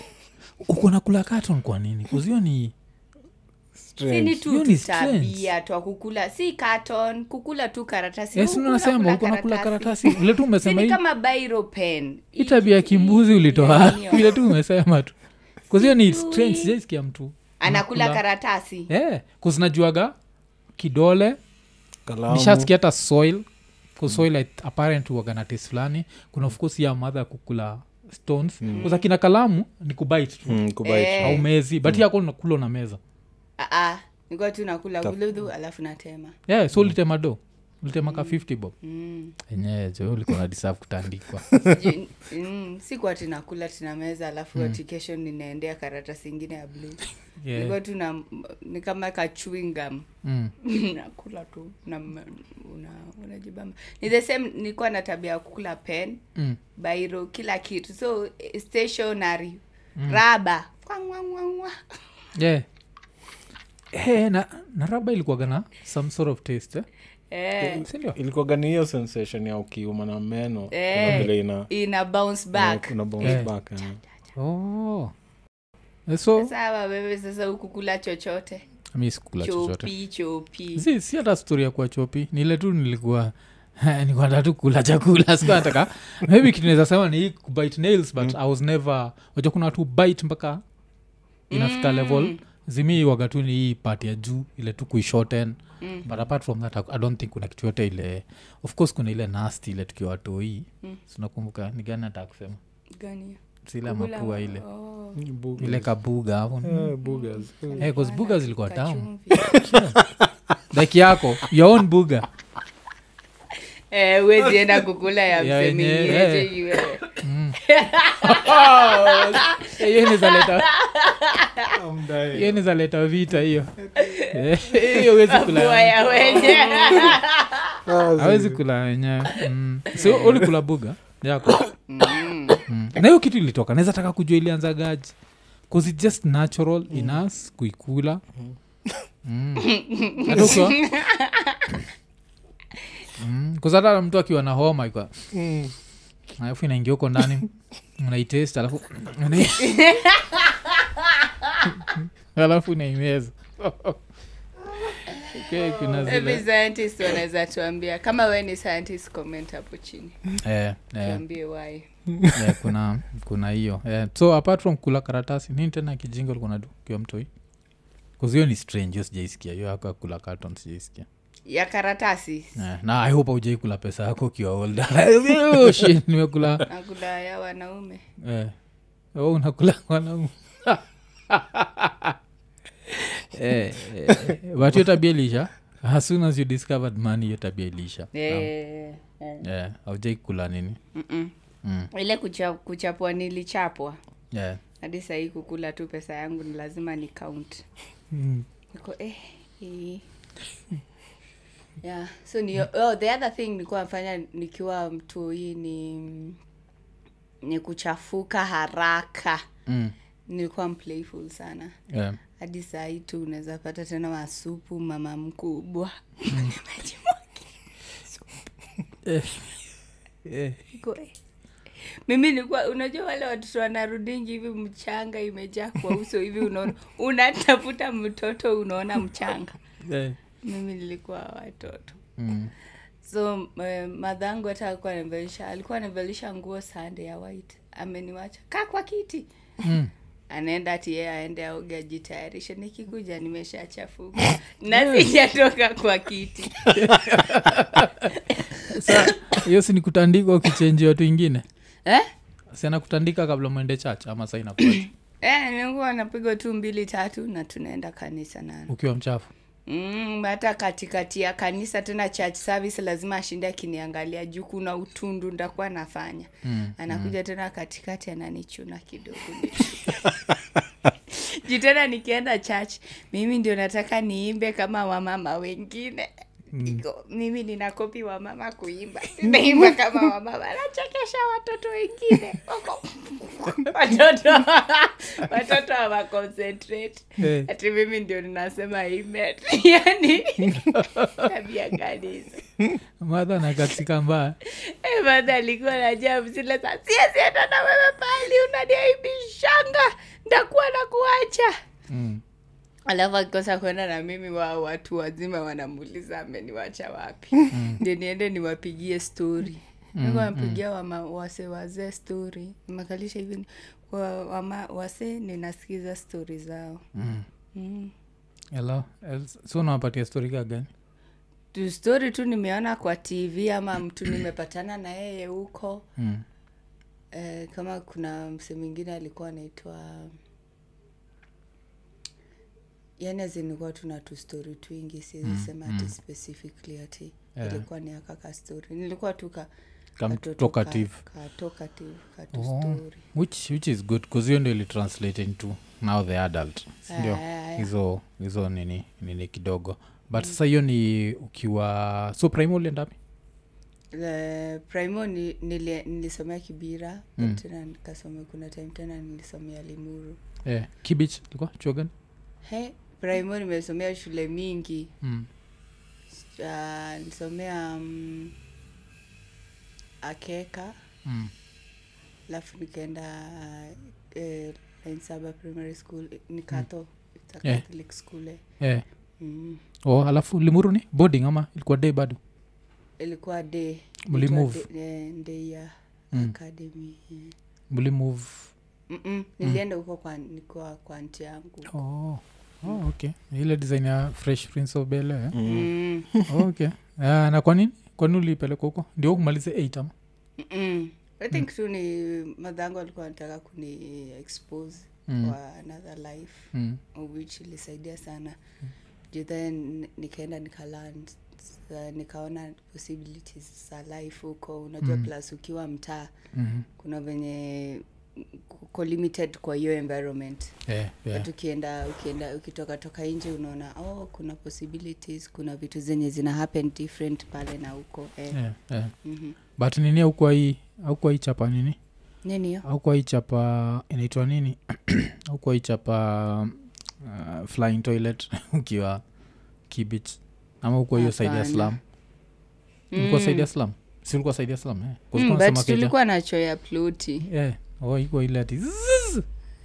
Speaker 1: uko nakula katon kwa nini kuzio ni
Speaker 3: si ni tu
Speaker 1: Hiyo ni
Speaker 3: tu tabia twa kukula si carton kukula tu karatasi
Speaker 1: yes,
Speaker 3: Ukula-
Speaker 1: Eh, unasema
Speaker 3: kula
Speaker 1: uko nakula karatasi vile tu
Speaker 3: Si
Speaker 1: umesema
Speaker 3: ni
Speaker 1: hii
Speaker 3: Yaani kama biro pen
Speaker 1: hii tabia ya kimbuzi ulitoa
Speaker 3: Hiyo.
Speaker 1: vile tu umesema tu kuzio ni strange sijaisikia mtu
Speaker 3: anakula karatasi
Speaker 1: eh, kuzinajuaga kidole
Speaker 2: Kalamu.
Speaker 1: nishasikia hata soil kusoil like, apparent huwaga na taste fulani kuna of course ya madha ya kukula stones mm. kina kalamu ni kubite tu
Speaker 2: Mm, kubite.
Speaker 3: Eh.
Speaker 1: aumezi but mm. yako unakula na meza
Speaker 3: Ah, ah, nilikuwa tu nakula guludhu alafu natema
Speaker 1: yeah, so ulitema do ulitema
Speaker 3: Mm.
Speaker 1: ka 50 bob enyewe jo ulikuwa na deserve kutandikwa
Speaker 3: Ju- mm, sikuwa tinakula tinameza alafu
Speaker 1: Mm.
Speaker 3: ati kesho ninaendea karatasi ingine ya bluu
Speaker 1: yeah.
Speaker 3: nilikuwa tu na ni kama ka chewing gum
Speaker 1: mm.
Speaker 3: nakula tu na m- una- unajibamba ni the same nilikuwa na tabia ya kukula pen
Speaker 1: Mm.
Speaker 3: bairo kila kitu so eh, stationary
Speaker 1: Mm.
Speaker 3: raba Kwa ngwa ngwa ngwa.
Speaker 1: yeah. Hey, na, na raba ilikuwaga na some sort of taste eh?
Speaker 3: Eh,
Speaker 1: sindio
Speaker 2: ilikuwa gani hiyo sensation ya ukiuma na meno
Speaker 3: Eh.
Speaker 2: kuna vile ina
Speaker 3: ina bounce back
Speaker 2: kuna bounce
Speaker 1: Eh.
Speaker 2: back, eh.
Speaker 1: oh. Eh, so
Speaker 3: sawa wewe sasa hukukula chochote
Speaker 1: mi sikula chochote
Speaker 3: chopi chopi
Speaker 1: si si hata stori ya kuwa chopi nile tu nilikuwa nilikuwa nataka tu kula chakula sikuwa nataka maybe kitu naweza sema ni hii kubite nails but i was never waja kuna watu bite mpaka inafika level zimi waga tu ni hii part ya juu ile tu kuishorten mm. but apart from that i don't think kuna kitu yote ile of course kuna ile nasty ile tukiwa toi mm. sinakumbuka ni gani nataka kusema
Speaker 3: gani
Speaker 1: sile mapua ile
Speaker 3: oh,
Speaker 2: Bu-
Speaker 1: ile kabuga hapo
Speaker 2: eh, boogers.
Speaker 1: Eh, 'cause buga zilikuwa tamu
Speaker 3: kachumvi.
Speaker 1: like yako your own buga
Speaker 3: Eh, huwezi enda kukula ya
Speaker 1: Ya
Speaker 3: msemi
Speaker 1: wenyewe,
Speaker 3: yeje
Speaker 1: eh.
Speaker 3: iwe.
Speaker 1: Eh, hiyo inawezaleta-
Speaker 2: I'm dying.
Speaker 1: hiyo nizaleta vita hiyo Eh, hiyo huwezi
Speaker 3: Kwa
Speaker 1: kula
Speaker 3: ya wenyewe
Speaker 1: hawezi kula wenyewe mm. so ulikula buga yako mm. na hiyo kitu ilitoka naweza taka kujua ilianza gaji bcause its just natural in us kuikula Mm. Hata ukiwa- Mm, 'cause hata mtu akiwa na homa ikuwa alafu inaingia huko ndani unaitest alafu alafu unaimeza Okay, kuna
Speaker 3: Maybe
Speaker 1: zile
Speaker 3: scientists wanaweza tuambia kama we ni scientist comment hapo chini
Speaker 1: eh, eh,
Speaker 3: tuambie why
Speaker 1: eh, kuna kuna hiyo eh, so apart from kula karatasi nini tena kijinga ulikuwa nadu kiwa mtoi kuziyo ni strange hiyo sijaisikia hiyo yako ya kula carton sijaisikia
Speaker 3: ya karatasi
Speaker 1: eh, na i hope haujai kula pesa yako ukiwa older Oh, shit, nimekula
Speaker 3: nakula ya wanaume
Speaker 1: eh. oh, unakula wanaume eh, eh, but hiyo tabia ilisha as soon as you discovered money hiyo tabia ilisha
Speaker 3: Eh, eh.
Speaker 1: eh, haujai kula nini
Speaker 3: Mm-mm.
Speaker 1: Mm.
Speaker 3: ile kucha, kuchapwa nilichapwa
Speaker 1: eh.
Speaker 3: hadi sahii kukula tu pesa yangu ni lazima ni count
Speaker 1: Mm.
Speaker 3: niko eh, eh. yeah so ni oh, the other thing nilikuwa nafanya nikiwa mtu hii ni ni kuchafuka haraka
Speaker 1: Mm.
Speaker 3: nilikuwa playful sana
Speaker 1: Eh.
Speaker 3: hadi saa hii tu unaweza pata tena masupu mama mkubwa
Speaker 1: Eh. Eh.
Speaker 3: Iko, eh, mimi nikuwa unajua wale watoto wanarudingi hivi mchanga imejaa kwa uso hivi unaona unatafuta mtoto unaona mchanga mimi nilikuwa watoto
Speaker 1: Mm.
Speaker 3: so eh, madhangu hata alikuwa anavalisha alikuwa anavalisha nguo sande ya white ameniwacha kaa kwa kiti
Speaker 1: Mm.
Speaker 3: anaenda ati yeye aende aoge ajitayarishe nikikuja nimeshachafuka na sijatoka kwa kiti
Speaker 1: Sa, hiyo si ni kutandika ukichenji watu ingine
Speaker 3: eh?
Speaker 1: siana kutandika kabla mwende chach ama saa inakuaje?
Speaker 3: Eh, nilikuwa napiga tu mbili tatu na tunaenda kanisa nana
Speaker 1: ukiwa mchafu
Speaker 3: mm, hata katikati ya kanisa tena church service lazima ashinde akiniangalia juu kuna utundu ndakuwa nafanya mm, anakuja mm. tena katikati ananichuna kidogo juu tena nikienda church mimi ndio nataka niimbe kama wamama wengine Iko, mimi ninakopi wamama kuimba naimba kama wamama nachekesha watoto wengine Wako- watoto watoto hawaconcentrate
Speaker 1: Eh.
Speaker 3: ati mimi ndio ninasema amen yani tabia gani hizo
Speaker 1: madha nakatika mbaya
Speaker 3: Eh, madha alikuwa na jam zile za siesienda na wewe pahali unaniaibishanga ndakuwa na kuacha
Speaker 1: mm.
Speaker 3: alafu akikosa kwenda na mimi wao watu wazima wanamuuliza ameniwacha wapi ndio niende niwapigie stori wanapigia wama- wase wazee stori makalisha hivi wa- wama- wase ninasikiza stori zao mm.
Speaker 1: Hello? Eh, so unawapatia stori kaa gani
Speaker 3: tu stori tu nimeona kwa tv ama mtu nimepatana na yeye huko
Speaker 1: Mm.
Speaker 3: eh, kama kuna mse mwingine alikuwa anaitwa yani azinikuwa tuna tustori twingi siisema mm, ati specifically ati
Speaker 1: Hmm, Yeah.
Speaker 3: ilikuwa ni akaka stori nilikuwa tu ka-
Speaker 1: Kam-
Speaker 3: katoto
Speaker 1: talkative.
Speaker 3: ka- katokative,
Speaker 1: Oh,
Speaker 3: katustori.
Speaker 1: which, which is good bcause hiyo ndio ilitranslate into now the adult sindio
Speaker 3: Ah, yeah, yeah.
Speaker 1: hizo hizo nini nini kidogo but sasa hiyo ni ukiwa so prime uliendapi
Speaker 3: Le- Eh, primo ni- nili- nilisomea kibira
Speaker 1: Hmm.
Speaker 3: mm. tena nikasome kuna time tena nilisomea limuru
Speaker 1: eh, kibich ilikuwa chuo gani
Speaker 3: he primo nimesomea shule mingi
Speaker 1: mm.
Speaker 3: uh, nisomea um, akeka
Speaker 1: mm.
Speaker 3: alafu nikaenda eh, Line saba primary school nikato it's a
Speaker 1: Hmm. Yeah.
Speaker 3: catholic school eh.
Speaker 1: eh.
Speaker 3: mm.
Speaker 1: oh, alafu limuru ni boarding ama ilikuwa day bado
Speaker 3: ilikuwa day
Speaker 1: Mlimove.
Speaker 3: Ilikuwa day- eh, day ya
Speaker 1: Hmm.
Speaker 3: academy eh.
Speaker 1: mlimove
Speaker 3: Mm-mm, nilienda huko kwa nikuwa kwa nti yangu
Speaker 1: Hmm. oh. Oh, okay ile design ya fresh prince of bel eh?
Speaker 3: Mm,
Speaker 1: oh, okay Ah, na kwa nini kwa nini uliipelekwa huko ndio kumalize 8 ama
Speaker 3: mm-mm. i think
Speaker 1: Hmm.
Speaker 3: tu ni madhangu alikuwa anataka kuni expose
Speaker 1: Mm.
Speaker 3: kwa another life
Speaker 1: mm.
Speaker 3: which ilisaidia sana
Speaker 1: Hmm.
Speaker 3: juu then nikaenda nikalan nikaona possibilities za life huko unajua
Speaker 1: Hmm.
Speaker 3: mm. plus ukiwa mtaa
Speaker 1: mm-hmm.
Speaker 3: kuna venye uko limited kwa hiyo environment
Speaker 1: yeah, Eh, yeah.
Speaker 3: but ukienda ukienda ukitoka toka nje unaona oh kuna possibilities kuna vitu zenye zina happen different pale na huko eh.
Speaker 1: Yeah, yeah.
Speaker 3: mm-hmm.
Speaker 1: but nini aukwa hii aukwa hii chapa nini
Speaker 3: nini hiyo
Speaker 1: aukwa hii chapa inaitwa nini aukwa hii chapa uh, flying toilet ukiwa kibich ama ukwa hiyo saidi ya
Speaker 3: Hapana.
Speaker 1: slam ulikuwa saidi ya slam si ulikuwa saidi ya slam eh? 'Cause
Speaker 3: mm,
Speaker 1: kuna
Speaker 3: but
Speaker 1: sema keja-
Speaker 3: tulikuwa nacho ya pluti
Speaker 1: Yeah. Oh, iko ile ati zzzz.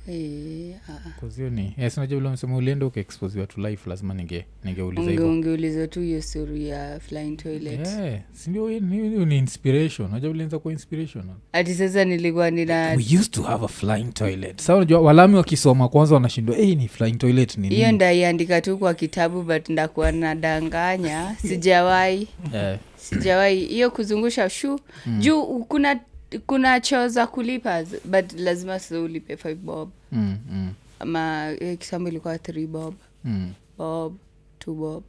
Speaker 3: eh, ah, ah.
Speaker 1: 'Cause hiyo ni yes, najua vile umesema ulienda ukaexposiwa tu life lazima ninge ningeuliza
Speaker 3: Unge-
Speaker 1: hivo
Speaker 3: ungeuliza tu hiyo story ya flying toilet
Speaker 1: Yeah, Eh, si ndio hiyo ni- hiyo ni inspiration najua ulianza kuwa inspiration
Speaker 3: hati sasa nilikuwa nina
Speaker 1: we used to have a flying toilet sa unajua walami wakisoma kwanza wanashindwa hey, ni flying toilet ni
Speaker 3: hiyo
Speaker 1: nini?"
Speaker 3: ndaiandika tu kwa kitabu but ndakuwa nadanganya sijawahi
Speaker 1: Eh,
Speaker 3: sijawahi hiyo kuzungusha shu mm. juu u- kuna kuna choo za kulipa z- but lazima sasa ulipe five bob
Speaker 1: mm, mm,
Speaker 3: ama eh, kitambo ilikuwa three bob
Speaker 1: mm,
Speaker 3: bob two bob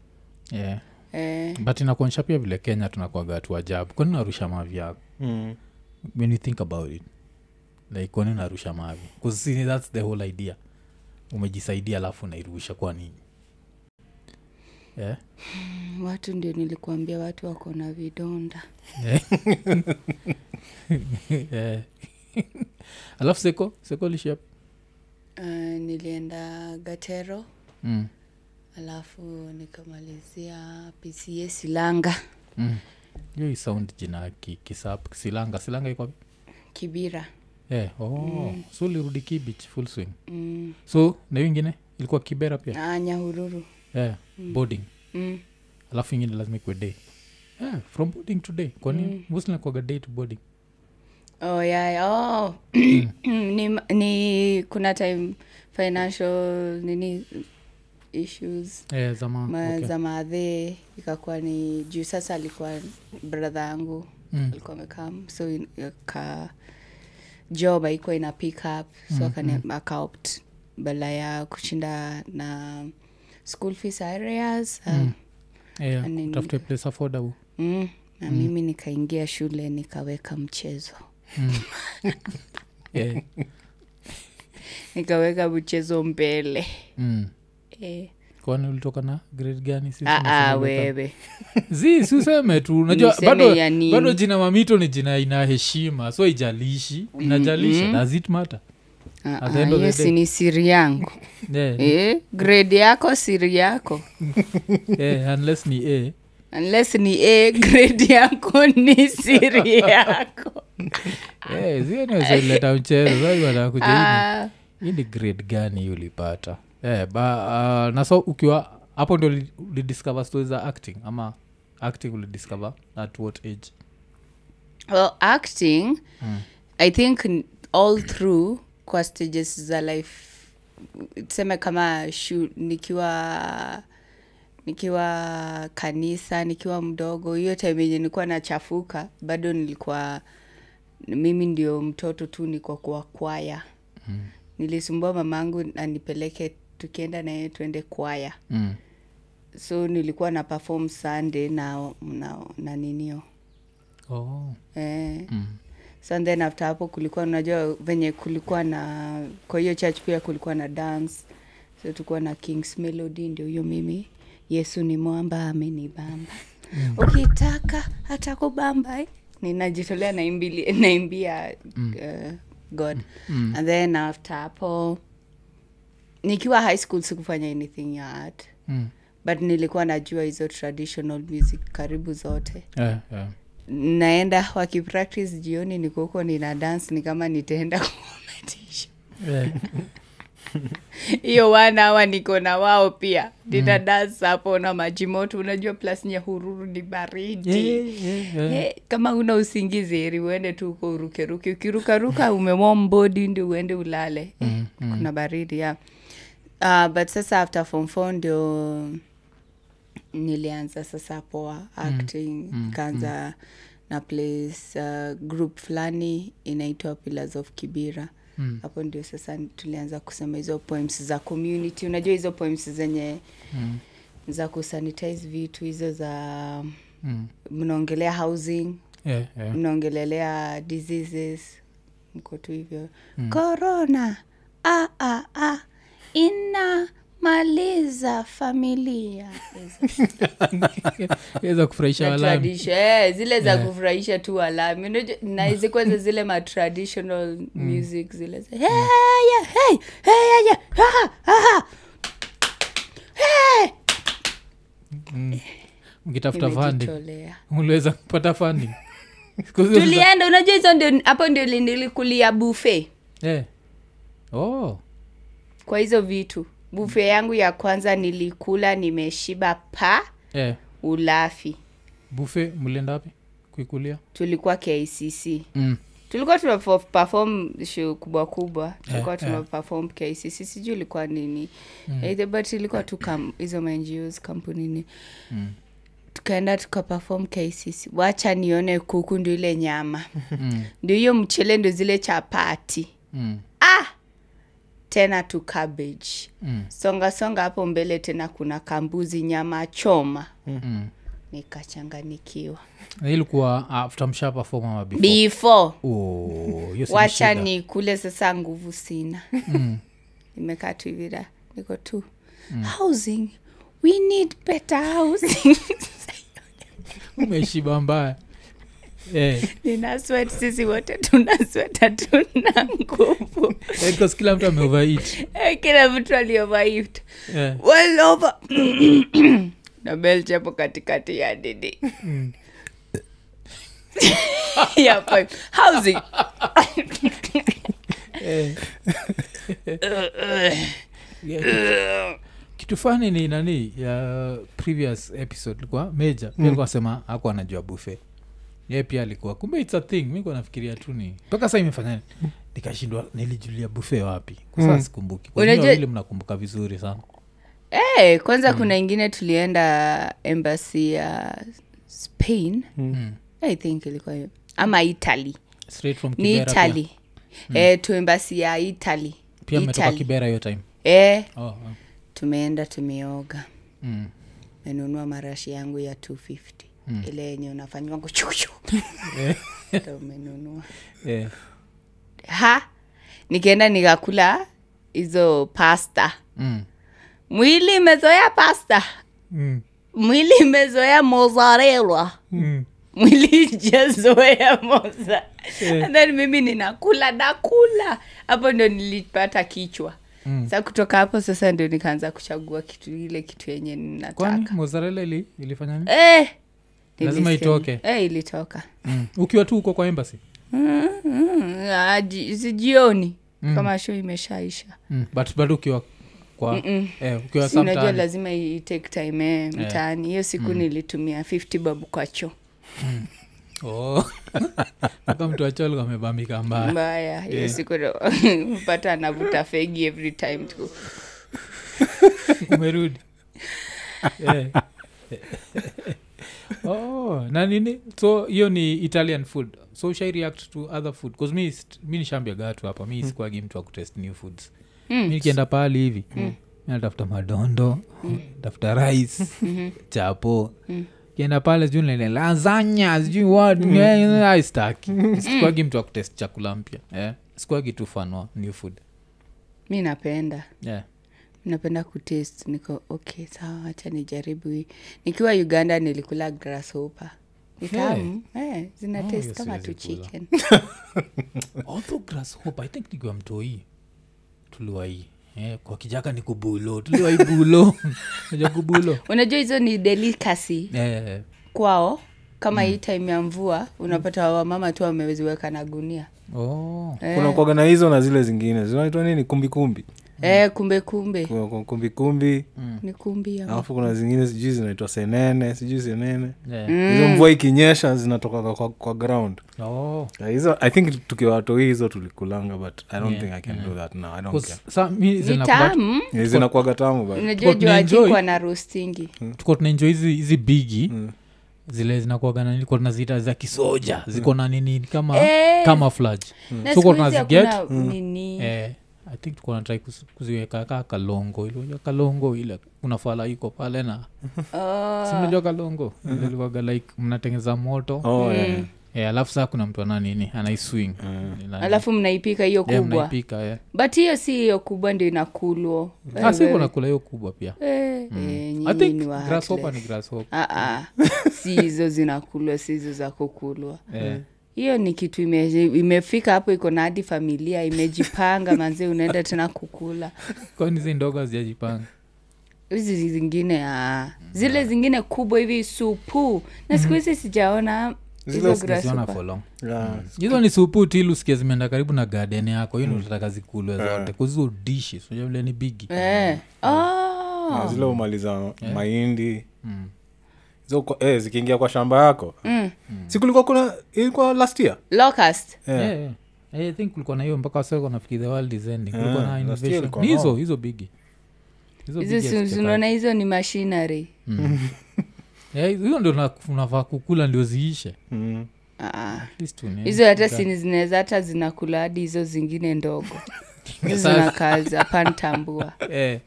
Speaker 1: yeah.
Speaker 3: eh,
Speaker 1: but inakuonyesha pia vile kenya tunakwaga watu ajabu kwani narusha mavi yako
Speaker 2: Mm.
Speaker 1: when you think about it like kwani narusha mavi 'Cause see, thats the whole idea umejisaidia alafu unairusha kwa nini Eh? yeah.
Speaker 3: watu ndio nilikuambia watu wako na vidonda
Speaker 1: yeah. Eh. alafu seko seko lishap
Speaker 3: uh, nilienda gatero
Speaker 1: mm.
Speaker 3: alafu nikamalizia pca silanga
Speaker 1: mm. hiyo sound jina ki- kisap silanga silanga ikwapi
Speaker 3: kibira
Speaker 1: yeah. oh. mm. so ulirudi kibich full swing mm. so na hiyo ingine ilikuwa kibera pia
Speaker 3: ah, nyahururu
Speaker 1: yeah. mm. boarding
Speaker 3: mm.
Speaker 1: alafu ingine lazima ikuwe day yeah. from boarding to day kwani mm. moslinakwaga day to boarding
Speaker 3: oh, yeah, yeah. oh. ni, ni kuna time financial nini issues
Speaker 1: yeah, zama,
Speaker 3: ma,
Speaker 1: Eh, okay.
Speaker 3: za maadhee ikakuwa ni juu sasa alikuwa brother yangu mm. alikuwa amekam so in- ka job haikuwa ina pick up so mm-hmm. akaopt badala ya kushinda na school fees areas uh, mm.
Speaker 1: yeah.
Speaker 3: And then-
Speaker 1: tafute Eh, place affordable
Speaker 3: Mm. na mimi nikaingia shule nikaweka mchezo
Speaker 1: yeah.
Speaker 3: nikaweka mchezo mbele
Speaker 1: mm.
Speaker 3: eh.
Speaker 1: kwani ulitoka na grade gani Si
Speaker 3: Aa,
Speaker 1: tunasema ulitoka-
Speaker 3: wewe
Speaker 1: zi si useme tu unajua
Speaker 3: Niseme
Speaker 1: bado,
Speaker 3: ya nini?
Speaker 1: bado jina mamito ni jina ina heshima so ijalishi
Speaker 3: Mhm.
Speaker 1: inajalisha mm-hmm. does it matter
Speaker 3: Ah,
Speaker 1: At the
Speaker 3: ah,
Speaker 1: end of the
Speaker 3: hiyo si
Speaker 1: day.
Speaker 3: ni siri yangu
Speaker 1: yeah,
Speaker 3: eh, grade yako siri yako
Speaker 1: yeah, eh, unless ni a
Speaker 3: unless ni a grade yako ni siri yako
Speaker 1: Eh, zi zienezoleta mchezo saatakuja
Speaker 3: Ah,
Speaker 1: hii ni grade gani hii ulipata eh, ba, uh, na so ukiwa hapo ndio uli- ulidiscover stori za acting ama acting ulidiscover at what age
Speaker 3: well, acting i think n- all through kwa stages za life tuseme kama shu, nikiwa nikiwa kanisa nikiwa mdogo hiyo time yenye nilikuwa nachafuka bado nilikuwa mimi ndio mtoto tu nikwa kuwa kwaya mm. nilisumbua mamangu anipeleke tukienda na yeye tuende kwaya
Speaker 1: mm.
Speaker 3: so nilikuwa na perform sunday na, na, na ninio
Speaker 1: oh.
Speaker 3: eh. so then after hapo kulikuwa unajua venye kulikuwa na kwa hiyo church pia kulikuwa na dance so tulikuwa na kings melody ndio hiyo mimi yesu ni mwamba amenibamba ukitaka atakubamba eh? ninajitolea naimbili- naimbia uh, god and then after hapo nikiwa high school sikufanya anything ya art
Speaker 1: mm.
Speaker 3: but nilikuwa najua hizo traditional music karibu zote
Speaker 1: yeah, yeah.
Speaker 3: naenda wakipractice jioni niko huko nina dance ni kama nitaenda competition
Speaker 1: Yeah.
Speaker 3: hiyo wana hawa niko na wao pia
Speaker 1: Mm.
Speaker 3: nina dance hapo na maji moto unajua plus nyahururu ni baridi
Speaker 1: Yeah, yeah, yeah.
Speaker 3: Eh, kama una usingizi heri uende tu huko urukeruke ukirukaruka umewom body ndi uende ulale mm, mm. kuna baridi ya uh, but sasa after form four ndio nilianza sasa poa acting mm, kaanza mm. na place uh, group fulani inaitwa pillars of kibira Mm. hapo ndio sasa tulianza kusema hizo poems za community unajua hizo poems zenye mm. za kusanitize vitu hizo za
Speaker 1: Mm.
Speaker 3: mnaongelea housing
Speaker 1: Yeah, yeah.
Speaker 3: mnaongelelea diseases mko tu hivyo korona mm. a a inamaliza familia
Speaker 1: iweza
Speaker 3: Na
Speaker 1: kufurahisha walami
Speaker 3: tradition- eh, zile za kufurahisha tu walami Unajua, na hizi kwanza zile ma traditional music zile za- hey, yeah, hey, hey, yeah, yeah, ah, ah, hey.
Speaker 1: mkitafuta funding
Speaker 3: Nimejitolea.
Speaker 1: uliweza kupata funding Siku hizi za-
Speaker 3: tulienda unajua hizo ndio hapo ndio li- nilikulia buffet
Speaker 1: Eh. Oh.
Speaker 3: kwa hizo vitu bufe yangu ya kwanza nilikula nimeshiba pa
Speaker 1: Eh.
Speaker 3: ulafi
Speaker 1: bufe mlienda wapi kuikulia
Speaker 3: tulikuwa kicc
Speaker 1: mm.
Speaker 3: tulikuwa tuna perform show kubwa kubwa tulikuwa
Speaker 1: Eh,
Speaker 3: tuna perform kicc sijui ilikuwa nini
Speaker 1: Mm.
Speaker 3: Either but ilikuwa tu kam- hizo mangos kampunini
Speaker 1: Mm.
Speaker 3: tukaenda tukaperform kicc wacha nione kuku ndio ile nyama ndio hiyo mchele ndio zile chapati
Speaker 1: Mm.
Speaker 3: ah! tena tu cabbage
Speaker 1: Mm.
Speaker 3: songa songa hapo mbele tena kuna kambuzi nyama choma
Speaker 1: Mm.
Speaker 3: nikachanganikiwa
Speaker 1: Na hii ilikuwa ah, after msha perform ama before
Speaker 3: before
Speaker 1: Oh, hiyo si
Speaker 3: wacha
Speaker 1: shida.
Speaker 3: nikule sasa nguvu sina nimekaa tu hivi da niko tu housing we need better housing
Speaker 1: umeshiba mbaya Eh,
Speaker 3: nina sweat sisi wote tuna sweat hatuna nguvu
Speaker 1: eh, because kila mtu ameovereit
Speaker 3: Eh, kila mtu aliovaivt
Speaker 1: Eh.
Speaker 3: well over na belch hapo katikati ya nini ya pipe housing Eh. eh.
Speaker 1: kitu fani ni nani ya previous episode likuwa meja mm. alikuwa sema ako anajua buffet ye pia alikuwa kumbe its a thing mi kuwa nafikiria tu ni mpaka saa imefanya nikashindwa nilijulia buffet wapi kwa saa sikumbuki kwa
Speaker 3: Mm. Unajua-
Speaker 1: hiyo mnakumbuka vizuri sana
Speaker 3: hey, kwanza mm. kuna ingine tulienda embassy ya spain mm. i think ilikuwa hiyo ama italy
Speaker 1: straight from
Speaker 3: ni
Speaker 1: kibera pia. Mm.
Speaker 3: italy eh, tu embassy ya italy
Speaker 1: pia mmetoka
Speaker 3: italy
Speaker 1: kibera hiyo time
Speaker 3: eh,
Speaker 1: oh, oh.
Speaker 3: tumeenda tumeoga
Speaker 1: Mm.
Speaker 3: menunua marashi yangu ya 250 ile yenye unafanyiwa kuchuchu Ndio umenunua
Speaker 1: Eh.
Speaker 3: ha nikaenda nikakula hizo pasta
Speaker 1: Mm.
Speaker 3: mwili imezoea pasta
Speaker 1: Mm.
Speaker 3: mwili imezoea mozarelwa
Speaker 1: Mm.
Speaker 3: mwili ijazoea moza
Speaker 1: Eh.
Speaker 3: And then mimi ninakula nakula hapo ndo nilipata kichwa
Speaker 1: Hmm.
Speaker 3: mm. sa kutoka hapo sasa ndio nikaanza kuchagua kitu ile kitu yenye
Speaker 1: kwani
Speaker 3: ninataka
Speaker 1: mozarela ili ilifanya nini
Speaker 3: eh,
Speaker 1: Lazima
Speaker 3: nilisikia-
Speaker 1: itoke.
Speaker 3: eh, ilitoka
Speaker 1: mm. ukiwa tu huko kwa embassy
Speaker 3: Mm, aji- sijioni
Speaker 1: Hmm.
Speaker 3: mm. kama sho imeshaisha
Speaker 1: mm. but bado ukiwa kwa eh, ukiwa
Speaker 3: Si unajua
Speaker 1: sometime. Hmm.
Speaker 3: lazima i take time eh, mtaani hiyo siku nilitumia 50 babu kwa choo
Speaker 1: Oh. mpaka mtu wacholgo amebambika mbaya Eh.
Speaker 3: mbaya hiyo siku ndo- mpata anavuta fegi every time tu
Speaker 1: umerudi Eh. oh, na nini so hiyo ni italian food so shai react to other food bcause mi, st- mi nishambia gatu hapa mi sikuagi mtu wa kutest new foods
Speaker 3: Hmm,
Speaker 1: mi nikienda pahali hivi mi natafuta madondo tafuta rice chapo kienda pale sijui nene lazanya sijui what, eh, I staki sikuagi mtu wa kutest chakula mpya eh. sikuagi tu fanwa new food Eh.
Speaker 3: mi napenda
Speaker 1: yeah.
Speaker 3: napenda kutest niko okay sawa hacha nijaribu hii nikiwa uganda nilikula grasshopper Ni
Speaker 1: Yeah.
Speaker 3: tamu, eh, zina
Speaker 1: Oh,
Speaker 3: taste
Speaker 1: hiyo
Speaker 3: kama tu
Speaker 1: siwezi kula.
Speaker 3: chicken
Speaker 1: although grasshopper i think nikiwa mtoi tuliwai eh, kwa kijaka ni kubulo tuliwai bulo ja kubulo
Speaker 3: unajua hizo ni delicacy
Speaker 1: eh,
Speaker 3: kwao kama
Speaker 1: Mm.
Speaker 3: hii time ya mvua unapata wamama tu wameziweka na gunia
Speaker 1: oh.
Speaker 2: kuna kwaga na hizo na zile zingine zinaitwa nini kumbikumbi
Speaker 1: Mm.
Speaker 3: eh, kumbe kumbe
Speaker 2: Kuna- kuna kumbikumbi
Speaker 3: ni kumbi
Speaker 1: Oh.
Speaker 3: ya
Speaker 2: alafu kuna zingine sijui zinaitwa senene sijui senene
Speaker 1: eh.
Speaker 3: Mm.
Speaker 2: hizo mvua ikinyesha zinatokaga kwa, kwa ground
Speaker 1: oh.
Speaker 2: Yeah, hizo i think tukiwatoi hizo tulikulanga but i don't think i can do that now i don't
Speaker 1: 'Cause
Speaker 2: care
Speaker 1: sa mi
Speaker 3: ni
Speaker 1: zinakuwa
Speaker 3: tamu
Speaker 2: Yeah, zinakuwaga tamu but
Speaker 3: unajua
Speaker 1: Tuko tunaenjoy.
Speaker 3: juajikwa na rustingi
Speaker 1: tuko tunaenjoy hizi hizi bigi zile zinakuagananini kwa tunaziita za kisoja ziko na nini kama
Speaker 3: Eh.
Speaker 1: camouflage.
Speaker 3: na
Speaker 1: so
Speaker 3: siku
Speaker 1: kwa
Speaker 3: hizi
Speaker 1: tunaziget
Speaker 3: hakuna nini
Speaker 1: eh, i think tuko natrai kuziweka ka kalongo ilioja kalongo ile kuna fala iko pale na
Speaker 3: Oh,
Speaker 1: simnajua kalongo
Speaker 3: Mm-hmm.
Speaker 1: ilikuwaga like mnatengeza moto
Speaker 3: Mm.
Speaker 2: oh, yeah. Mm.
Speaker 1: Eh, alafu saa kuna mtu ana nini anaiswing
Speaker 3: alafu mnaipika hiyo kubwa
Speaker 1: mnaipika eh.
Speaker 3: but hiyo si hiyo kubwa ndio inakulwa
Speaker 1: Ah, si kuna kula hiyo kubwa pia
Speaker 3: Eh, eh,
Speaker 1: i
Speaker 3: nyinyi
Speaker 1: think
Speaker 3: Eh, ni wa
Speaker 1: grasshopper
Speaker 3: heartless.
Speaker 1: ni grasshopper
Speaker 3: Ah, ah. si hizo zinakulwa si hizo za kukulwa
Speaker 1: eh.
Speaker 3: hiyo ni kitu ime, imefika hapo iko na hadi familia imejipanga manze unaenda tena kukula
Speaker 1: kwani zi ndogo hazijajipanga
Speaker 3: hizi zingine ah.
Speaker 1: Hmm.
Speaker 3: zile zingine kubwa hivi supu na siku hizi sijaona hizo
Speaker 1: Sijaona
Speaker 3: grasshopper.
Speaker 1: Hmm. for long.
Speaker 2: Yeah.
Speaker 1: hizo ni supu tilu sikia zimeenda karibu na garden yako
Speaker 2: Mm.
Speaker 1: hii nataka zikulwe
Speaker 2: Eh.
Speaker 1: zote kuzo dishi sija vile ni bigi
Speaker 3: Eh.
Speaker 1: Hmm.
Speaker 3: Oh.
Speaker 2: Na Ah, zile umaliza mahindi Hizo kwa- eh, zikiingia kwa shamba yako
Speaker 1: Hmm.
Speaker 2: mm. si kulikuwa kuna ilikuwa last year
Speaker 3: Hmm. Locust.
Speaker 2: Eh.
Speaker 1: Eh, eh. Eh, i think kulikuwa na hiyo mpaka wasako nafikiri the world is ending kulikuwa
Speaker 2: Eh,
Speaker 1: na
Speaker 2: last year
Speaker 1: innovation
Speaker 2: ilikuwa
Speaker 1: ni hizo
Speaker 2: nao.
Speaker 1: hizo bigi Hizo
Speaker 3: hizo
Speaker 1: bigi
Speaker 3: si- si
Speaker 1: hazijakaa.
Speaker 3: unaona hizo ni machinery
Speaker 1: Eh, hizo ndio na- unafaa kukula ndio ziishe
Speaker 2: mm.
Speaker 3: Ah, ah.
Speaker 1: At least tu ni-
Speaker 3: hizo hata sini zinaweza hata zinakula hadi hizo zingine ndogo Hizo zinakaza pantambua
Speaker 1: Eh,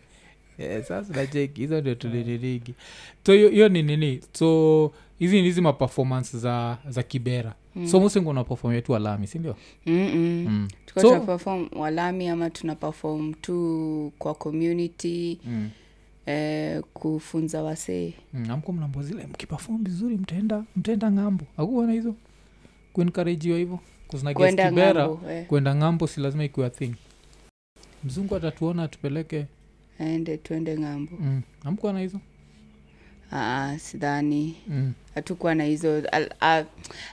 Speaker 1: eh, sasa nacheki hizo ndio tulinirigi so hiyo- hiyo ni nini so hizi ni hizi maperformance za za kibera
Speaker 3: Hmm.
Speaker 1: so mosengu unapefomia tu alami sindio
Speaker 3: mm. tuko
Speaker 1: So-
Speaker 3: tuna perform walami ama tuna perform tu kwa community mm.
Speaker 1: Hmm.
Speaker 3: eh, kufunza wasee
Speaker 1: mm. amko mnambo zile mkipafom vizuri mtaenda mtaenda ng'ambo akuona hizo kuenkarajiwa hivo
Speaker 3: Kwenda
Speaker 1: kuzinakibera
Speaker 3: ng'ambo, eh.
Speaker 1: kwenda ng'ambo si lazima ikuwa thing mzungu atatuona atupeleke
Speaker 3: aende tuende ng'ambo
Speaker 1: mm. amkuona hizo
Speaker 3: Aa, sidhani
Speaker 1: Mm.
Speaker 3: hatukuwa na hizo al- ah,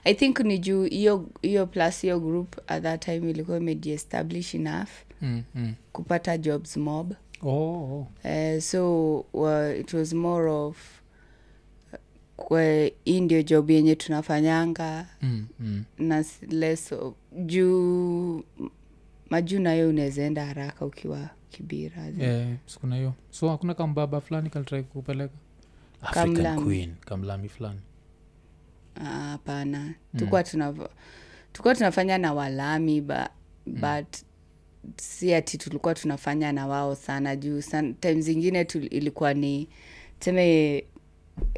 Speaker 3: i think ni juu hiyo hiyo plus hiyo group at that time ilikuwa imejiestablish enough
Speaker 1: Mm, mm.
Speaker 3: kupata jobs mob
Speaker 1: Oh, oh.
Speaker 3: uh, so uh, it was more of kwe- hii ndio job yenye tunafanyanga
Speaker 1: Mm, mm.
Speaker 3: na s- less of- juu majuu nayo unawezaenda haraka ukiwa kibira
Speaker 1: Eh, sikuna hiyo so hakuna kambaba fulani kalitrai kupeleka African
Speaker 3: Kamlami.
Speaker 1: Queen, kamlami fulani
Speaker 3: Ah, hapana mm. tukuwa tunava- tulikuwa tunafanya na walami ba, mm. but si ati tulikuwa tunafanya na wao sana juu san- time zingine tu, ilikuwa ni tuseme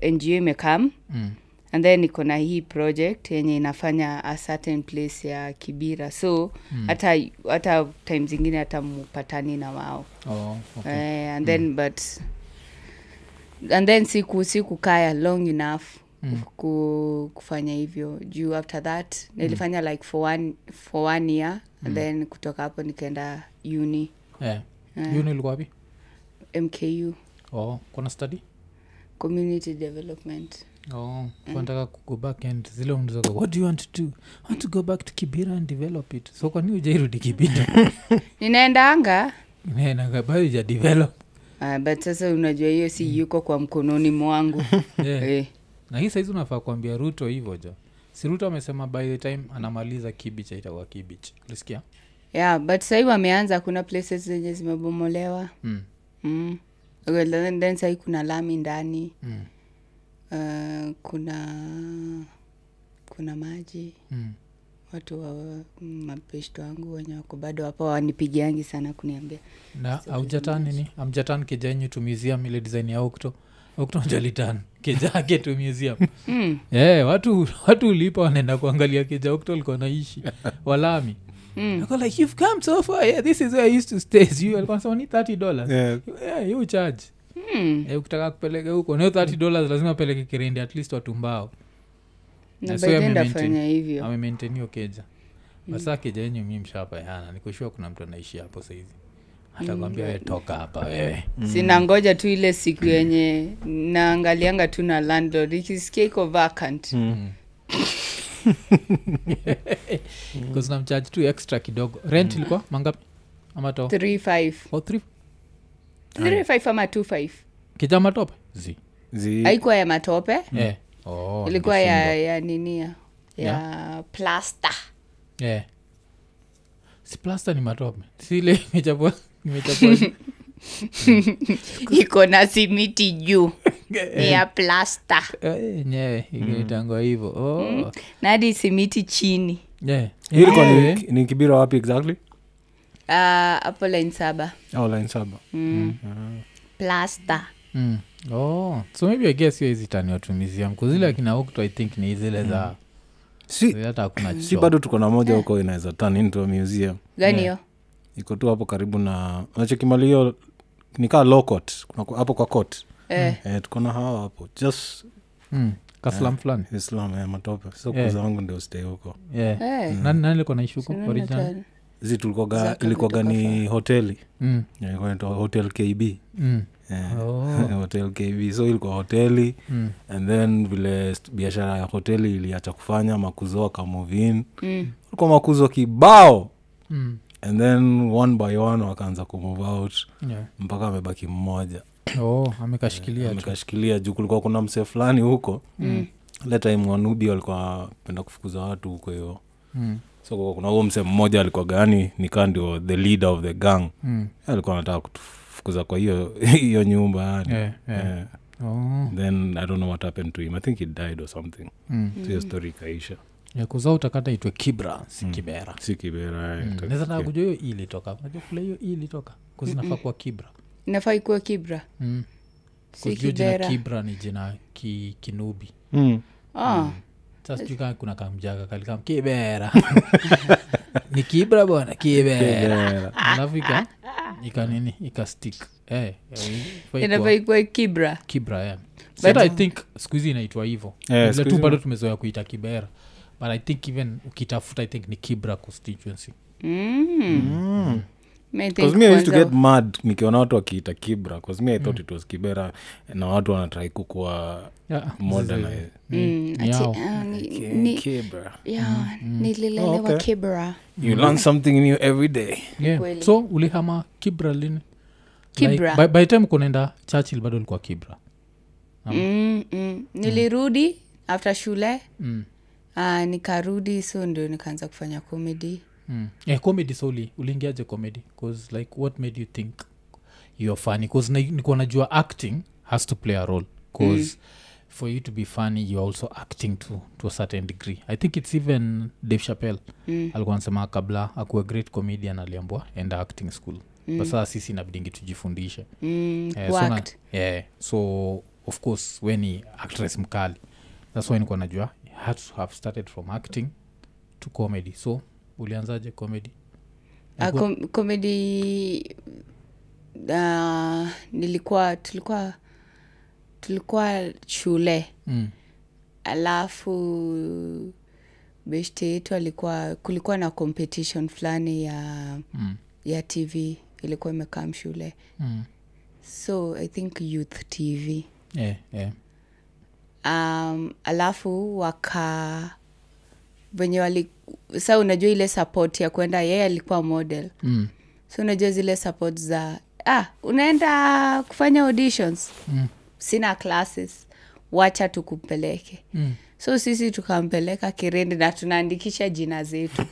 Speaker 3: ngo imekam
Speaker 1: Mm.
Speaker 3: and then iko na hii project yenye inafanya a certain place ya kibira so hata mm. hata time zingine hata mupatani na wao
Speaker 1: oh, okay.
Speaker 3: eh, and then but and then siku sikukaya long enough mm. ku, kufanya hivyo juu after that
Speaker 1: Mm.
Speaker 3: nilifanya like for one, for one year and then kutoka hapo nikaenda uni
Speaker 1: eh. hiyo nilikuwa wapi
Speaker 3: mku
Speaker 1: oh, kuna study
Speaker 3: community development
Speaker 1: Oh,
Speaker 3: Mm.
Speaker 1: nataka go back and zile mtu zako, what do you want to do I want to go back to kibira and develop it so kwani ujairudi kibira
Speaker 3: ninaendaanga
Speaker 1: nakabayo uja develop
Speaker 3: uh, but sasa unajua hiyo si yuko kwa mkononi mwangu
Speaker 1: Mm. yeah.
Speaker 3: eh.
Speaker 1: na hii saizi unafaa kuambia ruto hivyo jo si ruto amesema by the time anamaliza kibich aitakuwa kibich ulisikia
Speaker 3: yeah but sahii wameanza kuna places zenye zimebomolewa
Speaker 1: mm.
Speaker 3: mm. well, then, then sahii kuna lami ndani
Speaker 1: Mm.
Speaker 3: uh, kuna kuna maji
Speaker 1: Mm.
Speaker 3: watu wa mm, mapeshto wangu wenye wako bado hapo wanipigiangi sana kuniambia
Speaker 1: na aujatan nini amjatan kejanyu to museum ile design ya okto okto jalitan kejake to museum
Speaker 3: mm.
Speaker 1: yeah, watu watu ulipa wanaenda kuangalia keja okto alikuwa naishi walami
Speaker 3: Mm.
Speaker 1: Alikuwa like you've come so far yeah, this is where I used to stay you alikuwa anasema ni 30 dollars
Speaker 2: Yeah.
Speaker 1: yeah, you charge
Speaker 3: Mm.
Speaker 1: Eh, ukitaka kupeleka huko nayo 30 dollars lazima apeleke kirindi at least watu mbao
Speaker 3: na
Speaker 1: so yeye
Speaker 3: baadaye ndafanya
Speaker 1: amemaintain-
Speaker 3: hivyo
Speaker 1: amemaintain hiyo keja
Speaker 3: Mm.
Speaker 1: basa keja yenyu mi mshapayana nikushua kuna mtu anaishi hapo saizi
Speaker 3: Mm.
Speaker 1: atakwambia we toka hapa wewe
Speaker 3: sina ngoja tu ile siku
Speaker 1: mm.
Speaker 3: yenye naangalianga tu na landlord ikisikia iko vacant
Speaker 1: Mm. namchaji tu extra kidogo
Speaker 3: Mm.
Speaker 1: rent ilikuwa mangapi ama to
Speaker 3: 35
Speaker 1: oh, three-
Speaker 3: 35 ama 25
Speaker 1: kijama tope zi
Speaker 2: Zi-
Speaker 3: haikuwa ya matope
Speaker 1: Eh. Oh,
Speaker 3: Mm. ilikuwa
Speaker 1: ningeshindwa.
Speaker 3: ya ya nini ya ya plasta
Speaker 1: Eh. si plasta ni matope sile imechapua imechapua
Speaker 3: iko na simiti juu ni ya plasta
Speaker 1: enyewe
Speaker 3: Mm.
Speaker 1: ikiitangwa hivo Oh.
Speaker 3: na hadi simiti chini
Speaker 1: Yeah.
Speaker 2: Hii ilikuwa ni-
Speaker 1: Anyway,
Speaker 2: ni kibira wapi exactly
Speaker 3: Ah, hapo line saba
Speaker 2: oh, line saba
Speaker 3: plasta
Speaker 1: mm. oh. so maybe i guess hiyo hizi tani watumizia mkuzile akina okto i think ni zile
Speaker 3: Mm.
Speaker 1: za
Speaker 2: si,
Speaker 1: hata hakuna
Speaker 2: si
Speaker 1: choo.
Speaker 2: bado tuko na moja huko inaweza turn into a museum
Speaker 3: gani hiyo
Speaker 2: iko tu hapo karibu na nachekimalio nikaa low court kuna ku- hapo kwa court
Speaker 3: Eh.
Speaker 2: eh, tuko na hawa hapo just
Speaker 1: Mm. kaslam fulani
Speaker 2: islam ya matope so
Speaker 1: Eh.
Speaker 2: kuza wangu ndio stay huko
Speaker 1: yeah. Hmm.
Speaker 3: Eh,
Speaker 2: Mm.
Speaker 1: nani nani alikuwa naishi huko
Speaker 3: tunaona
Speaker 1: original
Speaker 3: tena.
Speaker 2: zi tulikoga
Speaker 3: Zaka
Speaker 2: ilikoga ni hoteli
Speaker 1: mm.
Speaker 2: Eh, ilikuwa inaitwa hotel kb
Speaker 1: Mm.
Speaker 2: Eh,
Speaker 1: Oh.
Speaker 2: hotel kb so ilikuwa hoteli
Speaker 1: Mm.
Speaker 2: and then vile st- biashara ya hoteli iliacha kufanya makuzo akamuvin
Speaker 3: Mm.
Speaker 2: ulikuwa makuzo kibao
Speaker 1: Mm.
Speaker 2: and then one by one wakaanza kumove out
Speaker 1: Yeah.
Speaker 2: mpaka amebaki mmoja
Speaker 1: oh, amekashikilia tu
Speaker 2: amekashikilia juu kulikuwa kuna msee fulani huko ile time wanubi walikuwa penda kufukuza watu huko hivo
Speaker 1: mm.
Speaker 2: so kulikuwa kuna huo msee mmoja alikuwa gani nikaa ndio the leader of the gang
Speaker 1: Mm.
Speaker 2: alikuwa anataka kutufukuza kwa hiyo hiyo nyumba yani
Speaker 1: Yeah, yeah.
Speaker 2: Eh,
Speaker 1: Oh.
Speaker 2: then i don't know what happened to him i think he died or something
Speaker 1: Mm.
Speaker 2: so hiyo story ikaisha
Speaker 1: ya kuzaa utakata itwe kibra si Hmm. kibera
Speaker 2: si kibera eh, ta-
Speaker 1: naezataka kujua hiyo i ilitoka najua kule hiyo i ilitoka kuzinafaa kuwa kibra
Speaker 3: inafaa ikuwa kibra
Speaker 1: mm.
Speaker 3: si
Speaker 1: kujua jina
Speaker 3: kibera
Speaker 1: kibra ni jina ki, kinubi
Speaker 2: Mm.
Speaker 3: Ah,
Speaker 1: sasa sijui kama kuna kamjaga kalikam kibera ni kibra bwana kibera
Speaker 2: Kibera.
Speaker 3: Ah,
Speaker 1: alafu ika ika nini ika stik eh, haifai
Speaker 3: inafaa
Speaker 1: kuwa
Speaker 3: ikuwa kibra
Speaker 1: kibra yeah. but i think skuhizi inaitwa hivo
Speaker 2: Yeah,
Speaker 1: Vile
Speaker 2: siku
Speaker 1: tu
Speaker 2: hizi-
Speaker 1: bado tumezoea kuita kibera but i think even ukitafuta i think ni kibra constituency
Speaker 3: Mm. I Mm. think
Speaker 2: Because me I used to
Speaker 3: kwanza-
Speaker 2: get mad nikiona watu wakiita kibra because me i thought it was kibera na watu wanatrai kukua
Speaker 1: Yeah.
Speaker 2: modernized
Speaker 3: Mm, ati,
Speaker 1: Yao.
Speaker 3: ah, ni-
Speaker 2: Ki-
Speaker 3: ni-
Speaker 2: kibra
Speaker 3: yeah, nililelewa
Speaker 2: Oh, okay.
Speaker 3: kibra
Speaker 2: you learn something new every day
Speaker 1: Yeah.
Speaker 3: Kweli.
Speaker 1: so ulihama kibra lini
Speaker 3: Kibra.
Speaker 1: like, by, by time kunaenda churchill bado ulikuwa kibra
Speaker 3: mm, mm. nilirudi after shule mm. uh, nikarudi so ndio nikaanza kufanya comedy
Speaker 1: mm. yeah, comedy soli uliingiaje comedy bcause like what made you think youare funny bcause nikuwa najua acting has to play a role bcause mm. for you to be funny youare also acting to, to a certain degree i think it's even dave chapel mm. alikuwa nasema kabla akuwa great comedian aliambwa enda acting school mm. but sasa sisi inabidingi tujifundishe
Speaker 3: mm,
Speaker 1: Eh, so, na,
Speaker 3: worked.
Speaker 1: yeah, so of course we ni actress mkali thats why nikuwa najua you had to have started from acting to comedy so ulianzaje comedy
Speaker 3: Ah, com- comedy uh, nilikuwa tulikuwa tulikuwa shule
Speaker 1: Mm.
Speaker 3: alafu beshte yetu alikuwa kulikuwa na competition fulani ya mm. ya tv ilikuwa imekam shule
Speaker 1: Mm.
Speaker 3: so i think youth tv
Speaker 1: Yeah, yeah.
Speaker 3: um, alafu waka venye wali sa unajua ile support ya kwenda yeye alikuwa model
Speaker 1: Mm.
Speaker 3: so unajua zile support za ah, unaenda kufanya auditions mm. sina classes wacha tukupeleke mm. so sisi tukampeleka kirindi na tunaandikisha jina zetu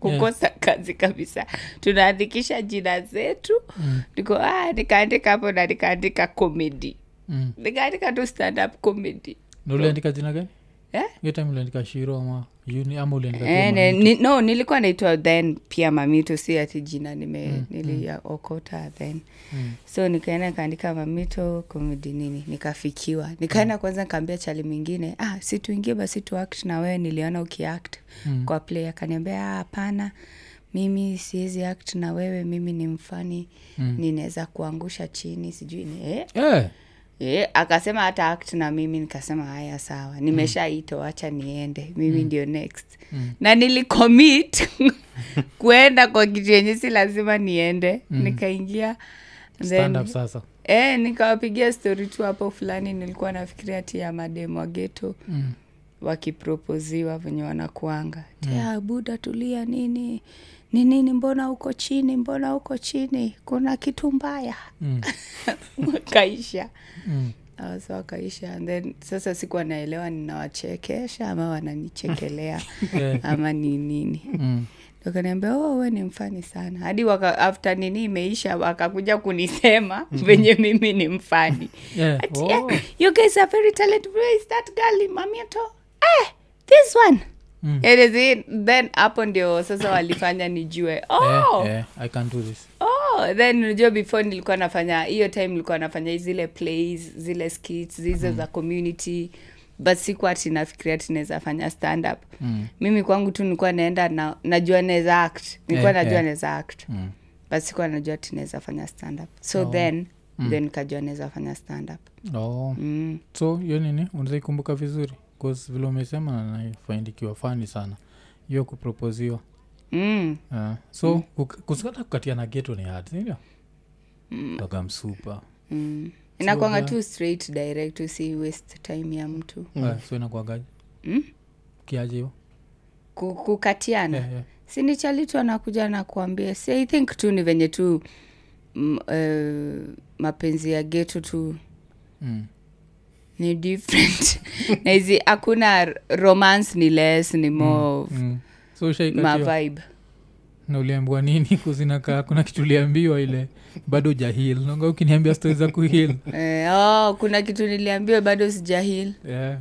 Speaker 3: kukosa kazi kabisa tunaandikisha jina zetu mm. niko ah, nikaandika hapo na nikaandika comedy
Speaker 1: Mm.
Speaker 3: nikaandika tu stand up comedy
Speaker 1: na uliandika jina gani
Speaker 3: eh?
Speaker 1: hiyo time uliandika shiro ama uni ama uliandika tu
Speaker 3: Eh, ne-
Speaker 1: Mani-
Speaker 3: ni, no nilikuwa naitwa then pia mamitu si ati jina nime mm, niliokota mm. then mm. so nikaenda nikaandika mamito komedi nini nikafikiwa nikaenda mm. kwanza nikaambia chali mwingine ah, si tuingie basi tuact na wewe niliona ukiact mm. kwa play akaniambia "Ah, hapana mimi siwezi act na wewe mimi ni mfani mm. ninaweza kuangusha chini sijui ni eh,
Speaker 1: Eh,
Speaker 3: Yeah, akasema hata act na mimi nikasema haya sawa nimeshaito acha niende mimi ndio next na nilicommit kuenda kwa kitu yenye si lazima niende nikaingia
Speaker 1: stand
Speaker 3: then
Speaker 1: up sasa
Speaker 3: e, nikawapigia story tu hapo fulani nilikuwa nafikiria ti ya mademu wa geto mm. wakiproposiwa venye wanakuanga mm. buda tulia nini ni nini mbona uko chini mbona uko chini kuna kitu mbaya
Speaker 1: Mm.
Speaker 3: wakaisha
Speaker 1: Mm.
Speaker 3: Ah, so wakaisha And then sasa sikuwa naelewa ninawachekesha ama wananichekelea
Speaker 1: Yeah.
Speaker 3: ama ni nini
Speaker 1: Mm.
Speaker 3: Ndo kaniambia oh, we ni mfani sana hadi waka, after nini imeisha wakakuja kunisema venye mimi ni mfani
Speaker 1: Mm-hmm. Yeah.
Speaker 3: Ati,
Speaker 1: Oh.
Speaker 3: "Eh, you guys are very talented where is that girl in mamieto eh, this one
Speaker 1: Mm.
Speaker 3: It is it. then hapo ndio sasa walifanya nijue oh,
Speaker 1: Yeah, yeah, Eh, i can do this
Speaker 3: oh then unajua before nilikuwa nafanya hiyo time nilikuwa nafanya zile plays zile skits hizo mm. za community but siku ati nafikiria ati naweza fanya stand up mm. mimi kwangu tu nilikuwa naenda na, najua naweza act nilikuwa
Speaker 1: Eh,
Speaker 3: najua
Speaker 1: eh.
Speaker 3: naweza act mm. but sikuwa najua ati naweza fanya stand up so then mm. then nikajua naweza fanya stand up
Speaker 1: oh.
Speaker 3: mm.
Speaker 1: so hiyo nini unazaikumbuka vizuri bcause vile umesema naifaindikiwa fani sana hiyo kuproposiwa
Speaker 3: Mm.
Speaker 1: Ah, so mm. kusikata kukatia na geto ni hard sindio toka msupa
Speaker 3: Mm. inakwanga
Speaker 1: ba-
Speaker 3: tu straight direct usi waste time ya mtu
Speaker 1: Ah, so inakuagaji
Speaker 3: Mm.
Speaker 1: kiaje hiyo
Speaker 3: Ku- kukatiana
Speaker 1: Eh, eh.
Speaker 3: sini chalitu anakuja na kuambia si i think tu ni venye tu mm, eh, mapenzi ya getu tu
Speaker 1: Mm.
Speaker 3: ni different na hizi hakuna romance ni less ni more mm,
Speaker 1: Mm. so ushaikatiwa
Speaker 3: mavibe
Speaker 1: na uliambiwa nini kuzinakaa kuna kitu uliambiwa ile bado jahil naga ukiniambia stori za kuhil
Speaker 3: eh, oh, kuna kitu niliambiwa bado sijahil
Speaker 1: yeah.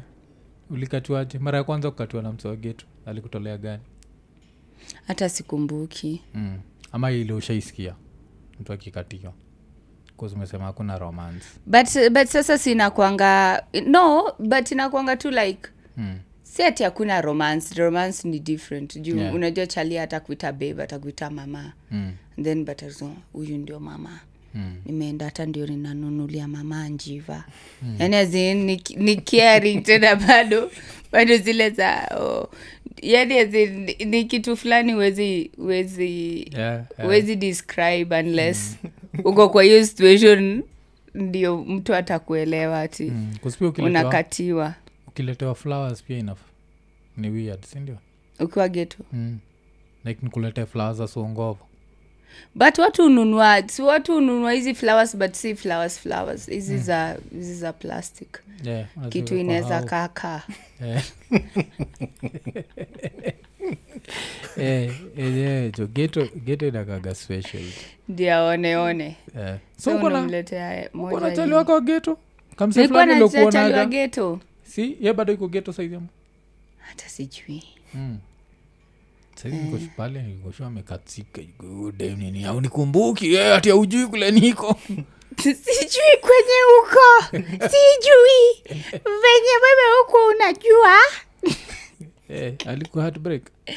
Speaker 1: ulikatiwaje Eh. mara ya kwanza kukatiwa na msewa geto alikutolea gani
Speaker 3: hata sikumbuki
Speaker 1: mm. ama ile ushaisikia mtu akikatiwa kuzimesema hakuna romance
Speaker 3: but, but sasa sinakwanga no but inakwanga tu like
Speaker 1: mm.
Speaker 3: si ati hakuna romance romance ni different juu
Speaker 1: Yeah.
Speaker 3: yeah. unajua chalia atakuita babe atakuita mama
Speaker 1: Mm.
Speaker 3: then but atasema, huyu ndio mama
Speaker 1: Mm.
Speaker 3: nimeenda hata ndio ninanunulia mama njiva Yaani mm. yani azin ni, ni caring tena bado bado zile za oh, yani as in, ni kitu fulani wezi wezi
Speaker 1: Yeah, yeah.
Speaker 3: wezi describe unless uko kwa hiyo situation ndio mtu atakuelewa ati
Speaker 1: Mm, 'cause pia ukiletewa,
Speaker 3: unakatiwa
Speaker 1: ukiletewa flowers pia ina ni weird sindio
Speaker 3: ukiwa geto
Speaker 1: mm. like nikuletee flowers za songovo
Speaker 3: but watu hununua si watu hununua hizi flowers but si flowers flowers hizi za hizi za plastic
Speaker 1: yeah, unaziweka
Speaker 3: kitu
Speaker 1: kwa
Speaker 3: inaweza
Speaker 1: hao.
Speaker 3: kaa kaa
Speaker 1: Eh. Eh, yenyewe jo geto geto inakaga special
Speaker 3: ndio aoneone
Speaker 1: eh. so
Speaker 3: so
Speaker 1: uko na-
Speaker 3: unamletea
Speaker 1: uko
Speaker 3: moja
Speaker 1: nachaliwa
Speaker 3: hivi.
Speaker 1: kwa geto kamsi
Speaker 3: nilikuwa
Speaker 1: fulani
Speaker 3: nachaliwa
Speaker 1: uliokuonaga
Speaker 3: geto
Speaker 1: si ye bado iko geto saizi ama
Speaker 3: hata sijui
Speaker 1: Mm. saizi niko
Speaker 3: Eh.
Speaker 1: shu- pale nikoshua amekatika "Oh, nini aunikumbuki hati aujui kule niko
Speaker 4: sijui kwenye uko sijui venye wewe huko unajua
Speaker 1: Eh, alikuwa heartbreak
Speaker 3: Eh,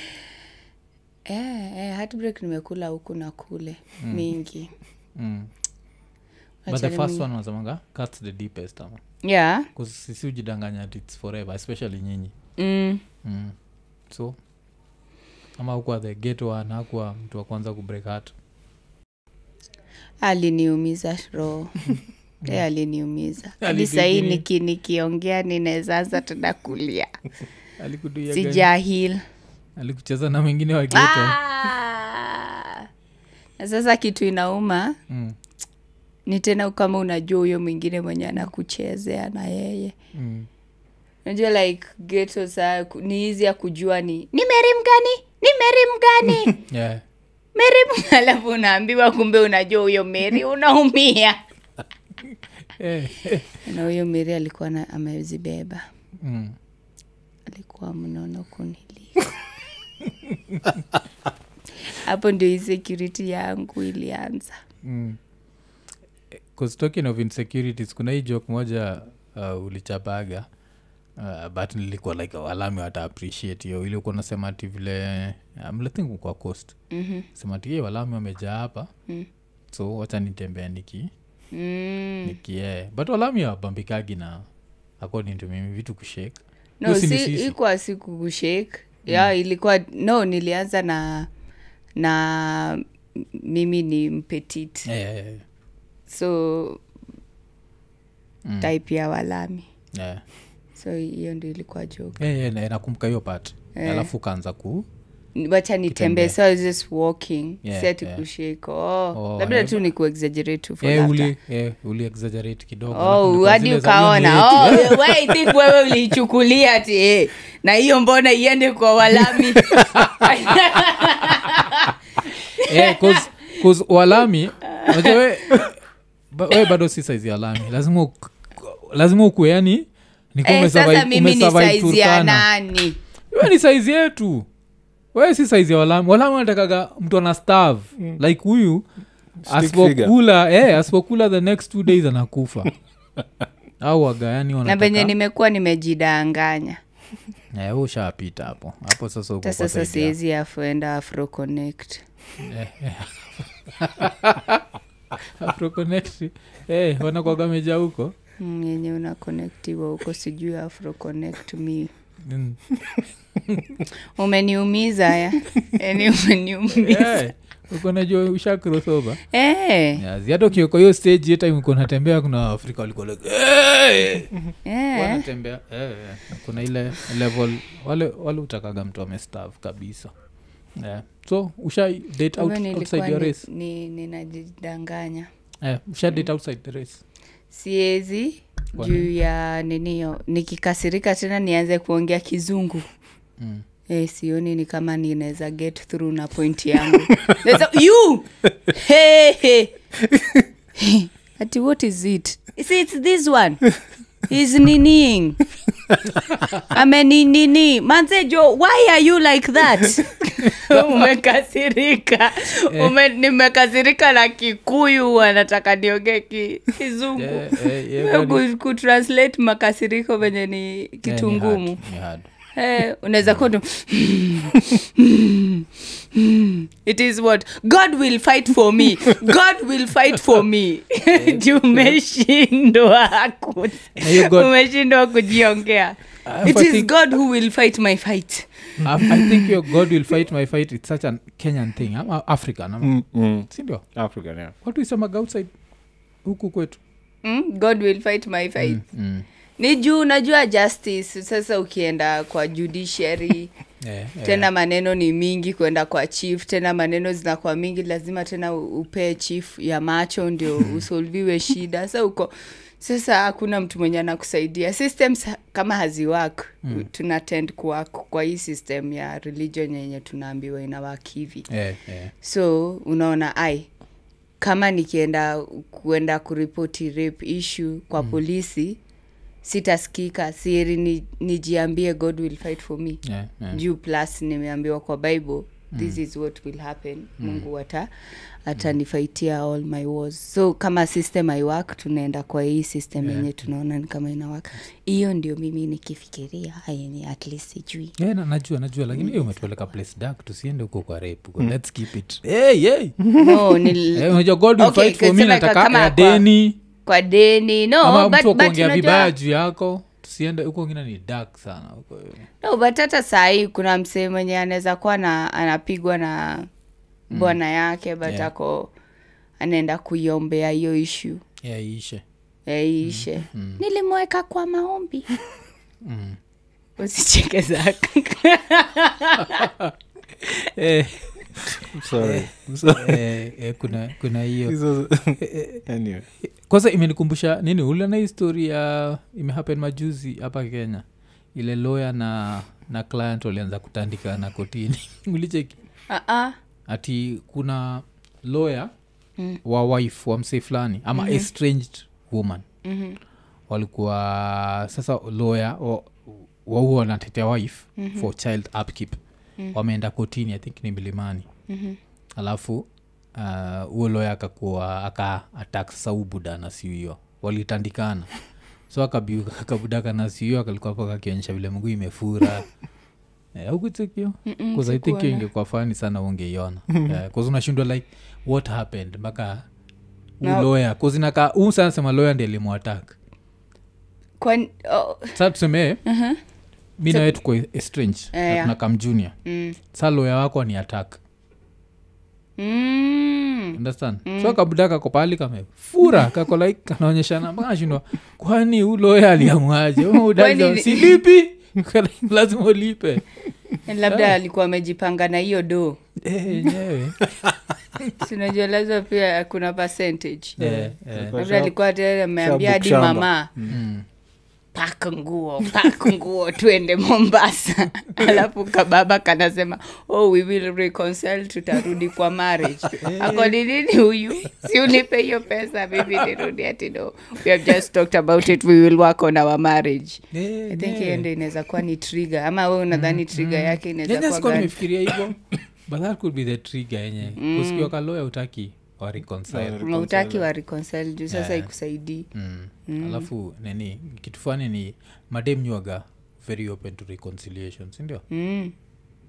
Speaker 3: eh, heartbreak nimekula huku na kule mingi
Speaker 1: mm. but the
Speaker 3: Achana
Speaker 1: first
Speaker 3: mi-
Speaker 1: one wanasemanga cuts the deepest ama
Speaker 3: yeah
Speaker 1: 'Cause sisi ujidanganya ati its forever especially nyinyi
Speaker 3: mm.
Speaker 1: mm. so ama ukuwa the gate one hakuwa mtu wa kwanza kubreak heart
Speaker 3: aliniumiza roho e aliniumiza hadi sahii
Speaker 1: Alikudunia.
Speaker 3: niki, nikiongea ninawezaanza tena kulia
Speaker 1: Alikuduia gani?
Speaker 3: sijahil
Speaker 1: alikucheza na mwingine wa gate one.
Speaker 3: Ah! na sasa kitu inauma
Speaker 1: mm.
Speaker 3: ni tena kama unajua huyo mwingine mwenye anakuchezea na yeye
Speaker 1: Mm.
Speaker 3: unajua like geto saa ku- ni hizi ya kujua ni
Speaker 4: ni merim gani ni merim gani
Speaker 1: yeah.
Speaker 3: meri alafu unaambiwa kumbe unajua huyo meri unaumia
Speaker 1: eh.
Speaker 3: na huyo meri alikuwa na, amezibeba
Speaker 1: mm.
Speaker 3: alikuwa mnono kunilia hapo ndio insecurity yangu ilianza
Speaker 1: Mm. Cause talking of insecurities kuna hii joke moja uh, ulichapaga uh, but nilikuwa like walami wata appreciate hiyo ili ukuwa nasema ati vile mlethingu kwa coast mm-hmm. sema ati "Hey, walami wamejaa hapa mm. so wacha nitembea niki
Speaker 3: mm.
Speaker 1: nikie but walami wabambikagi na according to mimi vitu kushake
Speaker 3: no si, ikuwa siku kushake
Speaker 1: Mm.
Speaker 3: ya ilikuwa no nilianza na na m- mimi ni mpetit
Speaker 1: yeah, yeah, yeah.
Speaker 3: so mm. type ya walami
Speaker 1: yeah.
Speaker 3: so hiyo ndio ilikuwa joke
Speaker 1: yeah, yeah, na- nakumbuka hiyo part
Speaker 3: Eh.
Speaker 1: alafu kaanza ku
Speaker 3: wacha nitembee so I was just walking
Speaker 1: Yeah,
Speaker 3: yeah, siati
Speaker 1: yeah.
Speaker 3: yeah. kushika oh,
Speaker 1: Oh,
Speaker 3: labda tu ni kuexaggerate tu for
Speaker 1: Eh,
Speaker 3: laughter.
Speaker 1: uli, eh, uli exaggerate kidogo alafu
Speaker 3: Oh,
Speaker 1: ndio kwa
Speaker 3: hadi
Speaker 1: zile za
Speaker 3: ukaona
Speaker 1: unit.
Speaker 3: Oh, we- we, I think wewe uliichukulia ati eh, na hiyo mbona iende kwa walami
Speaker 1: Eh, 'cause- 'cause walami unajua we, ba- we bado si saizi ya lami lazima uk- lazima ukue yani ni kama
Speaker 3: eh, sasa
Speaker 1: umesurvive-
Speaker 3: mimi ni
Speaker 1: umesurvive
Speaker 3: saizi ya
Speaker 1: Turkana.
Speaker 3: nani
Speaker 1: we ni saizi yetu we si saizi ya walami walami wanatakaga mtu ana stav mm. like huyu asipokula eh, asipokula the next two days anakufa au waga yani
Speaker 3: na venye
Speaker 1: wanataka-
Speaker 3: nimekuwa nimejidanganya
Speaker 1: eh, we ushapita hapo hapo sasa uko
Speaker 3: hata
Speaker 1: kwa
Speaker 3: sasa
Speaker 1: saizi ya-
Speaker 3: siwezi afuenda afroconnect
Speaker 1: Afroconnect. Eh, wanakwaga meja huko
Speaker 3: Mm, yenye unakonektiwa huko sijui afroconnect mi
Speaker 1: Mm.
Speaker 3: umeniumiza ya yani umeniumiza
Speaker 1: Eh, uko najua usha crossover
Speaker 3: eh,
Speaker 1: Yes, hata ukiwekwa hiyo stage hiyo time uko unatembea kuna waafrika walikuwa like, "Eh!"
Speaker 3: eh.
Speaker 1: wanatembea eh, eh. kuna ile level wale wale utakaga mtu amestav kabisa Eh, so usha date out,
Speaker 3: Wewe nilikuwa
Speaker 1: outside your
Speaker 3: ni-
Speaker 1: race
Speaker 3: ni- ninajidanganya
Speaker 1: eh, usha date outside the race
Speaker 3: siezi
Speaker 1: Kwa
Speaker 3: juu ya niniyo nikikasirika tena nianze kuongea kizungu
Speaker 1: Mm.
Speaker 3: Eh, sioni ni kama ninaweza get through na point yangu Naweza- you hey, hey. Hey, ati what is it Is it this one is niniing ameninini manze jo why are you like that umekasirika
Speaker 1: Eh.
Speaker 3: Ume, nimekasirika na kikuyu wanataka niongee ki, kizungu
Speaker 1: Eh, eh, eh,
Speaker 3: Wewe
Speaker 1: kwani-
Speaker 3: ku- kutranslate makasiriko venye ni
Speaker 1: eh,
Speaker 3: kitu
Speaker 1: ni hard,
Speaker 3: ngumu
Speaker 1: ni hard.
Speaker 3: Eh, unaweza kuwa tu, it is what god will fight for me god will fight for me Ju umeshindwa ku-
Speaker 1: Na hiyo God-
Speaker 3: umeshindwa kujiongea it
Speaker 1: I
Speaker 3: is
Speaker 1: think-
Speaker 3: god who will fight my fight
Speaker 1: I, I think your god will fight my fight it's such a kenyan thing ama african ama
Speaker 2: mm, mm.
Speaker 1: sindio
Speaker 2: african yeah
Speaker 1: watu isemaga outside huku kwetu
Speaker 3: mm? god will fight my fight mm.
Speaker 1: mm.
Speaker 3: ni juu unajua justice sasa ukienda kwa judiciary
Speaker 1: yeah, yeah.
Speaker 3: tena maneno ni mingi kwenda kwa chief tena maneno zinakuwa mingi lazima tena u- upee chief ya macho ndio usolviwe shida sa uko sasa hakuna mtu mwenye anakusaidia systems ha- kama haziwak mm. tuna tend kuwak kwa hii system ya religion yenye tunaambiwa inawak hivi
Speaker 1: Yeah, yeah.
Speaker 3: so unaona ai kama nikienda kuenda kuripoti rape issue kwa mm. polisi sitaskika sieri ni, nijiambie god will fight for me
Speaker 1: Yeah, yeah. Mm.
Speaker 3: juu plus nimeambiwa kwa bible this is what will happen mungu ata atanifaitia all my wars so kama system iwork tunaenda kwa hii system yenye yeah. tunaona ni kama inawaka hiyo ndio mimi nikifikiria yenye at least sijui
Speaker 1: Yeah, Eh, na, najua najua lakini mm. umetupeleka place dark tusiende huko kwa rape mm. let's keep it hey, hey.
Speaker 3: no, ni,
Speaker 1: Eh, unajua god will
Speaker 3: Okay,
Speaker 1: fight for me
Speaker 3: kusema
Speaker 1: nataka
Speaker 3: kama
Speaker 1: ya
Speaker 3: kwa-
Speaker 1: deni
Speaker 3: kwa deni no
Speaker 1: ama
Speaker 3: but,
Speaker 1: mtu wa
Speaker 3: but
Speaker 1: kuongea
Speaker 3: unajua-
Speaker 1: vibaya juu yako tusiende huko ngine ni dark sana huko
Speaker 3: no, but hata sahii kuna msee mwenye anaweza kuwa na anapigwa na bwana yake but
Speaker 1: Mm. Yeah.
Speaker 3: ako anaenda kuiombea hiyo ishu
Speaker 1: yeah, iishe
Speaker 3: yaishe
Speaker 4: nilimweka kwa maombi Mm.
Speaker 3: usicheke zaka
Speaker 1: eh,
Speaker 2: sorry
Speaker 1: eh, eh, kuna kuna hiyo
Speaker 2: Hizo- anyway
Speaker 1: kwanza imenikumbusha nini ule na histori ya imehappen majuzi hapa kenya ile loya na na client walianza kutandika na kotini ulicheki
Speaker 3: uh-uh.
Speaker 1: ati kuna lawyer mm. wa wife wa msee fulani ama mm-hmm. estranged woman mm-hmm. walikuwa sasa lawyer wa- wauo wanatetea wife mm-hmm. for child upkeep mm-hmm. wameenda kotini i think ni milimani mm-hmm. alafu ah, huo uh, lawyer akakuwa aka attack sasa huu buda anasiuiwa walitandikana so akabiu- akabudaka nasiuiwa kalikuwa paka akionyesha vile mguu imefura Eh, aukuchekio kuzaithikio ingekuwa fani sana ungeiona kaz unashindwa like what happened mpaka
Speaker 3: Na-
Speaker 1: uloya kuzinaka huu sana sema loya ndi elimwatak
Speaker 3: kwa oh,
Speaker 1: sa tuseme mi nawe tuko e, estrange
Speaker 3: Uh-huh. Eh, yeah.
Speaker 1: na kam junior
Speaker 3: mm.
Speaker 1: sa loya wako ni atak
Speaker 3: Mm.
Speaker 1: understand so kabuda kako pahali kamefura kako like kanaonyeshana mpaka nashindwa kwani uloya aliamwaje Huyu udai
Speaker 3: Kwani-
Speaker 1: za- silipi lazima ulipe
Speaker 3: labda alikuwa amejipanga na hiyo do
Speaker 1: Eh, yenyewe
Speaker 3: sinajua lazima pia kuna percentage
Speaker 1: Eh, eh.
Speaker 3: labda alikuwa tayari ameambia hadi
Speaker 2: Shabu- shamba.
Speaker 3: mama paka nguo paka nguo tuende mombasa alafu kababa kanasema oh we will reconcile tutarudi kwa marriage
Speaker 1: Eh.
Speaker 3: ako ni nini huyu si unipe hiyo pesa mimi nirudi ati no we have just talked about it we will work on our marriage
Speaker 1: Eh, Mm,
Speaker 3: i think
Speaker 1: yenyewe.
Speaker 3: hiyo ndo inaweza kuwa ni trigger ama we unadhani trigger yake
Speaker 1: Yeah,
Speaker 3: inaweza
Speaker 1: that's
Speaker 3: kuwa
Speaker 1: what
Speaker 3: gani?
Speaker 1: nimefikiria
Speaker 3: Mm.
Speaker 1: hivyo but that could be the trigger yenye kusikiwa kaloya utaki wa reconcile
Speaker 3: Oh. utaki wa reconcile juu sasa ikusaidii
Speaker 1: mm. alafu nini kitu fani ni madem nywaga very open to reconciliation sindio
Speaker 3: mm.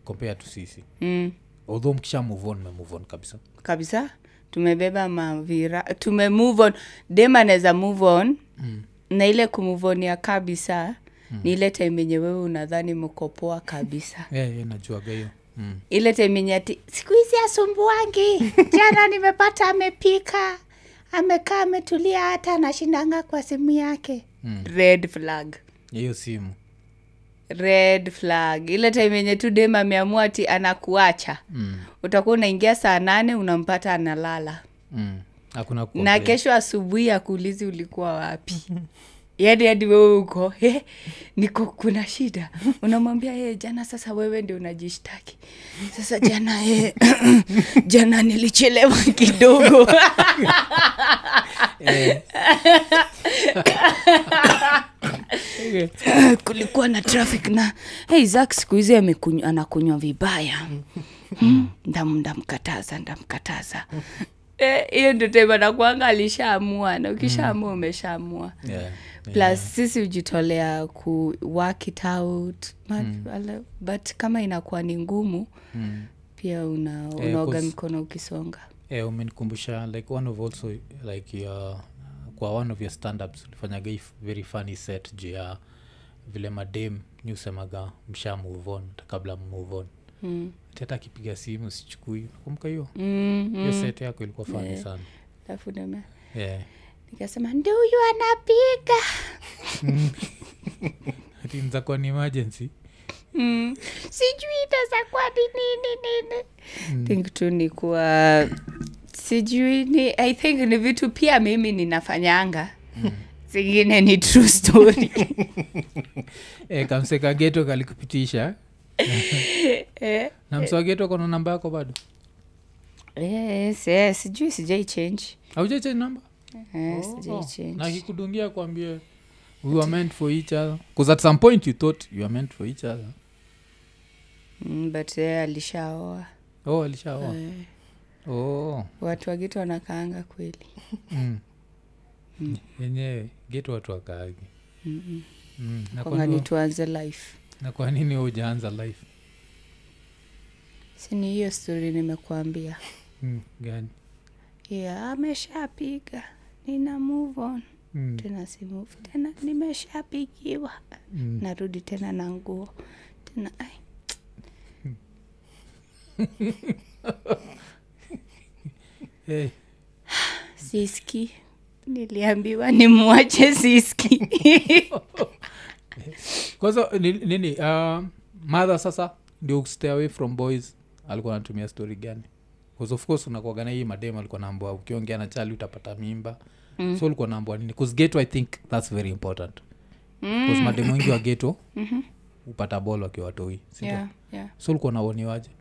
Speaker 1: compare to sisi
Speaker 3: mm.
Speaker 1: although mkisha move on memove on kabisa
Speaker 3: kabisa tumebeba mavira tume move on dem anaweza move on mm. na ile kumovonia kabisa mm. ni ile time yenye wewe unadhani mkopoa kabisa
Speaker 1: yeah, yeah, najuaga hiyo mm.
Speaker 3: ile time yenye ati
Speaker 4: siku hizi asumbuangi jana nimepata amepika amekaa ametulia hata anashindanga kwa simu yake
Speaker 3: red flag
Speaker 1: Ya hiyo simu
Speaker 3: red flag ile time yenye tu dem ameamua ati anakuacha mm. utakuwa unaingia saa nane unampata analala
Speaker 1: mm. hakuna ku-
Speaker 3: na kesho asubuhi akuulizi ulikuwa wapi yaani hadi wewe uko he, niko kuna shida unamwambia ye jana sasa wewe ndio unajishtaki sasa jana ye, jana nilichelewa kidogo kulikuwa na traffic na hey, zak siku hizi amekunywa- anakunywa vibaya Hmm, ndam ndamkataza ndamkataza Eh, hiyo ndio time anakuanga alishaamua na ukishaamua umeshaamua
Speaker 1: yeah.
Speaker 3: plus sisi hujitolea ku work it out Ma- ala- but kama inakuwa ni ngumu
Speaker 1: mm.
Speaker 3: pia una,
Speaker 1: Eh,
Speaker 3: unaoga
Speaker 1: cause-
Speaker 3: mikono ukisonga
Speaker 1: yeah, Eh, umenikumbusha like one of also like your, kwa one of your standups ulifanyaga hii very funny set juu ya vile madem ni usemaga msha move on hata kabla move on
Speaker 3: Mm.
Speaker 1: Ati hata akipiga simu sichukui kumka hiyo
Speaker 3: Mm, mm.
Speaker 1: hiyo set yako ilikuwa fani
Speaker 3: Yeah.
Speaker 1: sana
Speaker 3: Alafu nime-
Speaker 1: yeah.
Speaker 3: nikasema ndi huyu anapiga
Speaker 1: ati nzakuwa ni emergency
Speaker 3: mm.
Speaker 4: sijui itazakuwa ni nini nini
Speaker 1: Mm.
Speaker 3: think tu ni kuwa sijui ni i think ni vitu pia mimi ninafanyanga
Speaker 1: Mm.
Speaker 3: zingine ni true story
Speaker 1: e, kamseka geto kalikupitisha
Speaker 3: eh,
Speaker 1: na msewageto kona namba yako bado
Speaker 3: yes, yes, sijui sijai change
Speaker 1: aujachange namba
Speaker 3: eh,
Speaker 1: Oh,
Speaker 3: sijai
Speaker 1: na
Speaker 3: change
Speaker 1: akikudungia kwambie we were meant for each other because at some point you thought you were meant for each other
Speaker 3: mm, but eh, alishaoa
Speaker 1: oh alishaoa
Speaker 3: Eh.
Speaker 1: oh
Speaker 3: watu wagitu wanakaanga kweli
Speaker 1: mm. yenyewe geto watu wakaagi
Speaker 3: Mm-mm.
Speaker 1: mm. na kwa
Speaker 3: kwangani
Speaker 1: nini-
Speaker 3: tuanze life
Speaker 1: na kwa nini wewe hujaanza life
Speaker 3: sini hiyo stori nimekuambia
Speaker 1: mm. gani
Speaker 3: yeah, ameshapiga nina move on
Speaker 1: mm.
Speaker 3: tena si move tena nimeshapigiwa
Speaker 1: mm.
Speaker 3: narudi tena na nguo tena ai,
Speaker 1: hey.
Speaker 3: siski niliambiwa nimwache siski
Speaker 1: kwanza ni- nini uh, madha sasa ndio stay away from boys alikuwa anatumia story gani 'Cause of course unakuaga na hii madem alikuwa naambua ukiongea na chali utapata mimba mm. so ulikuwa naambua nini bcause geto i think thats very important mm. mademu wengi wa geto mm-hmm. upata bol wakiwatoi
Speaker 3: yeah, yeah.
Speaker 1: so ulikuwa naoniwaje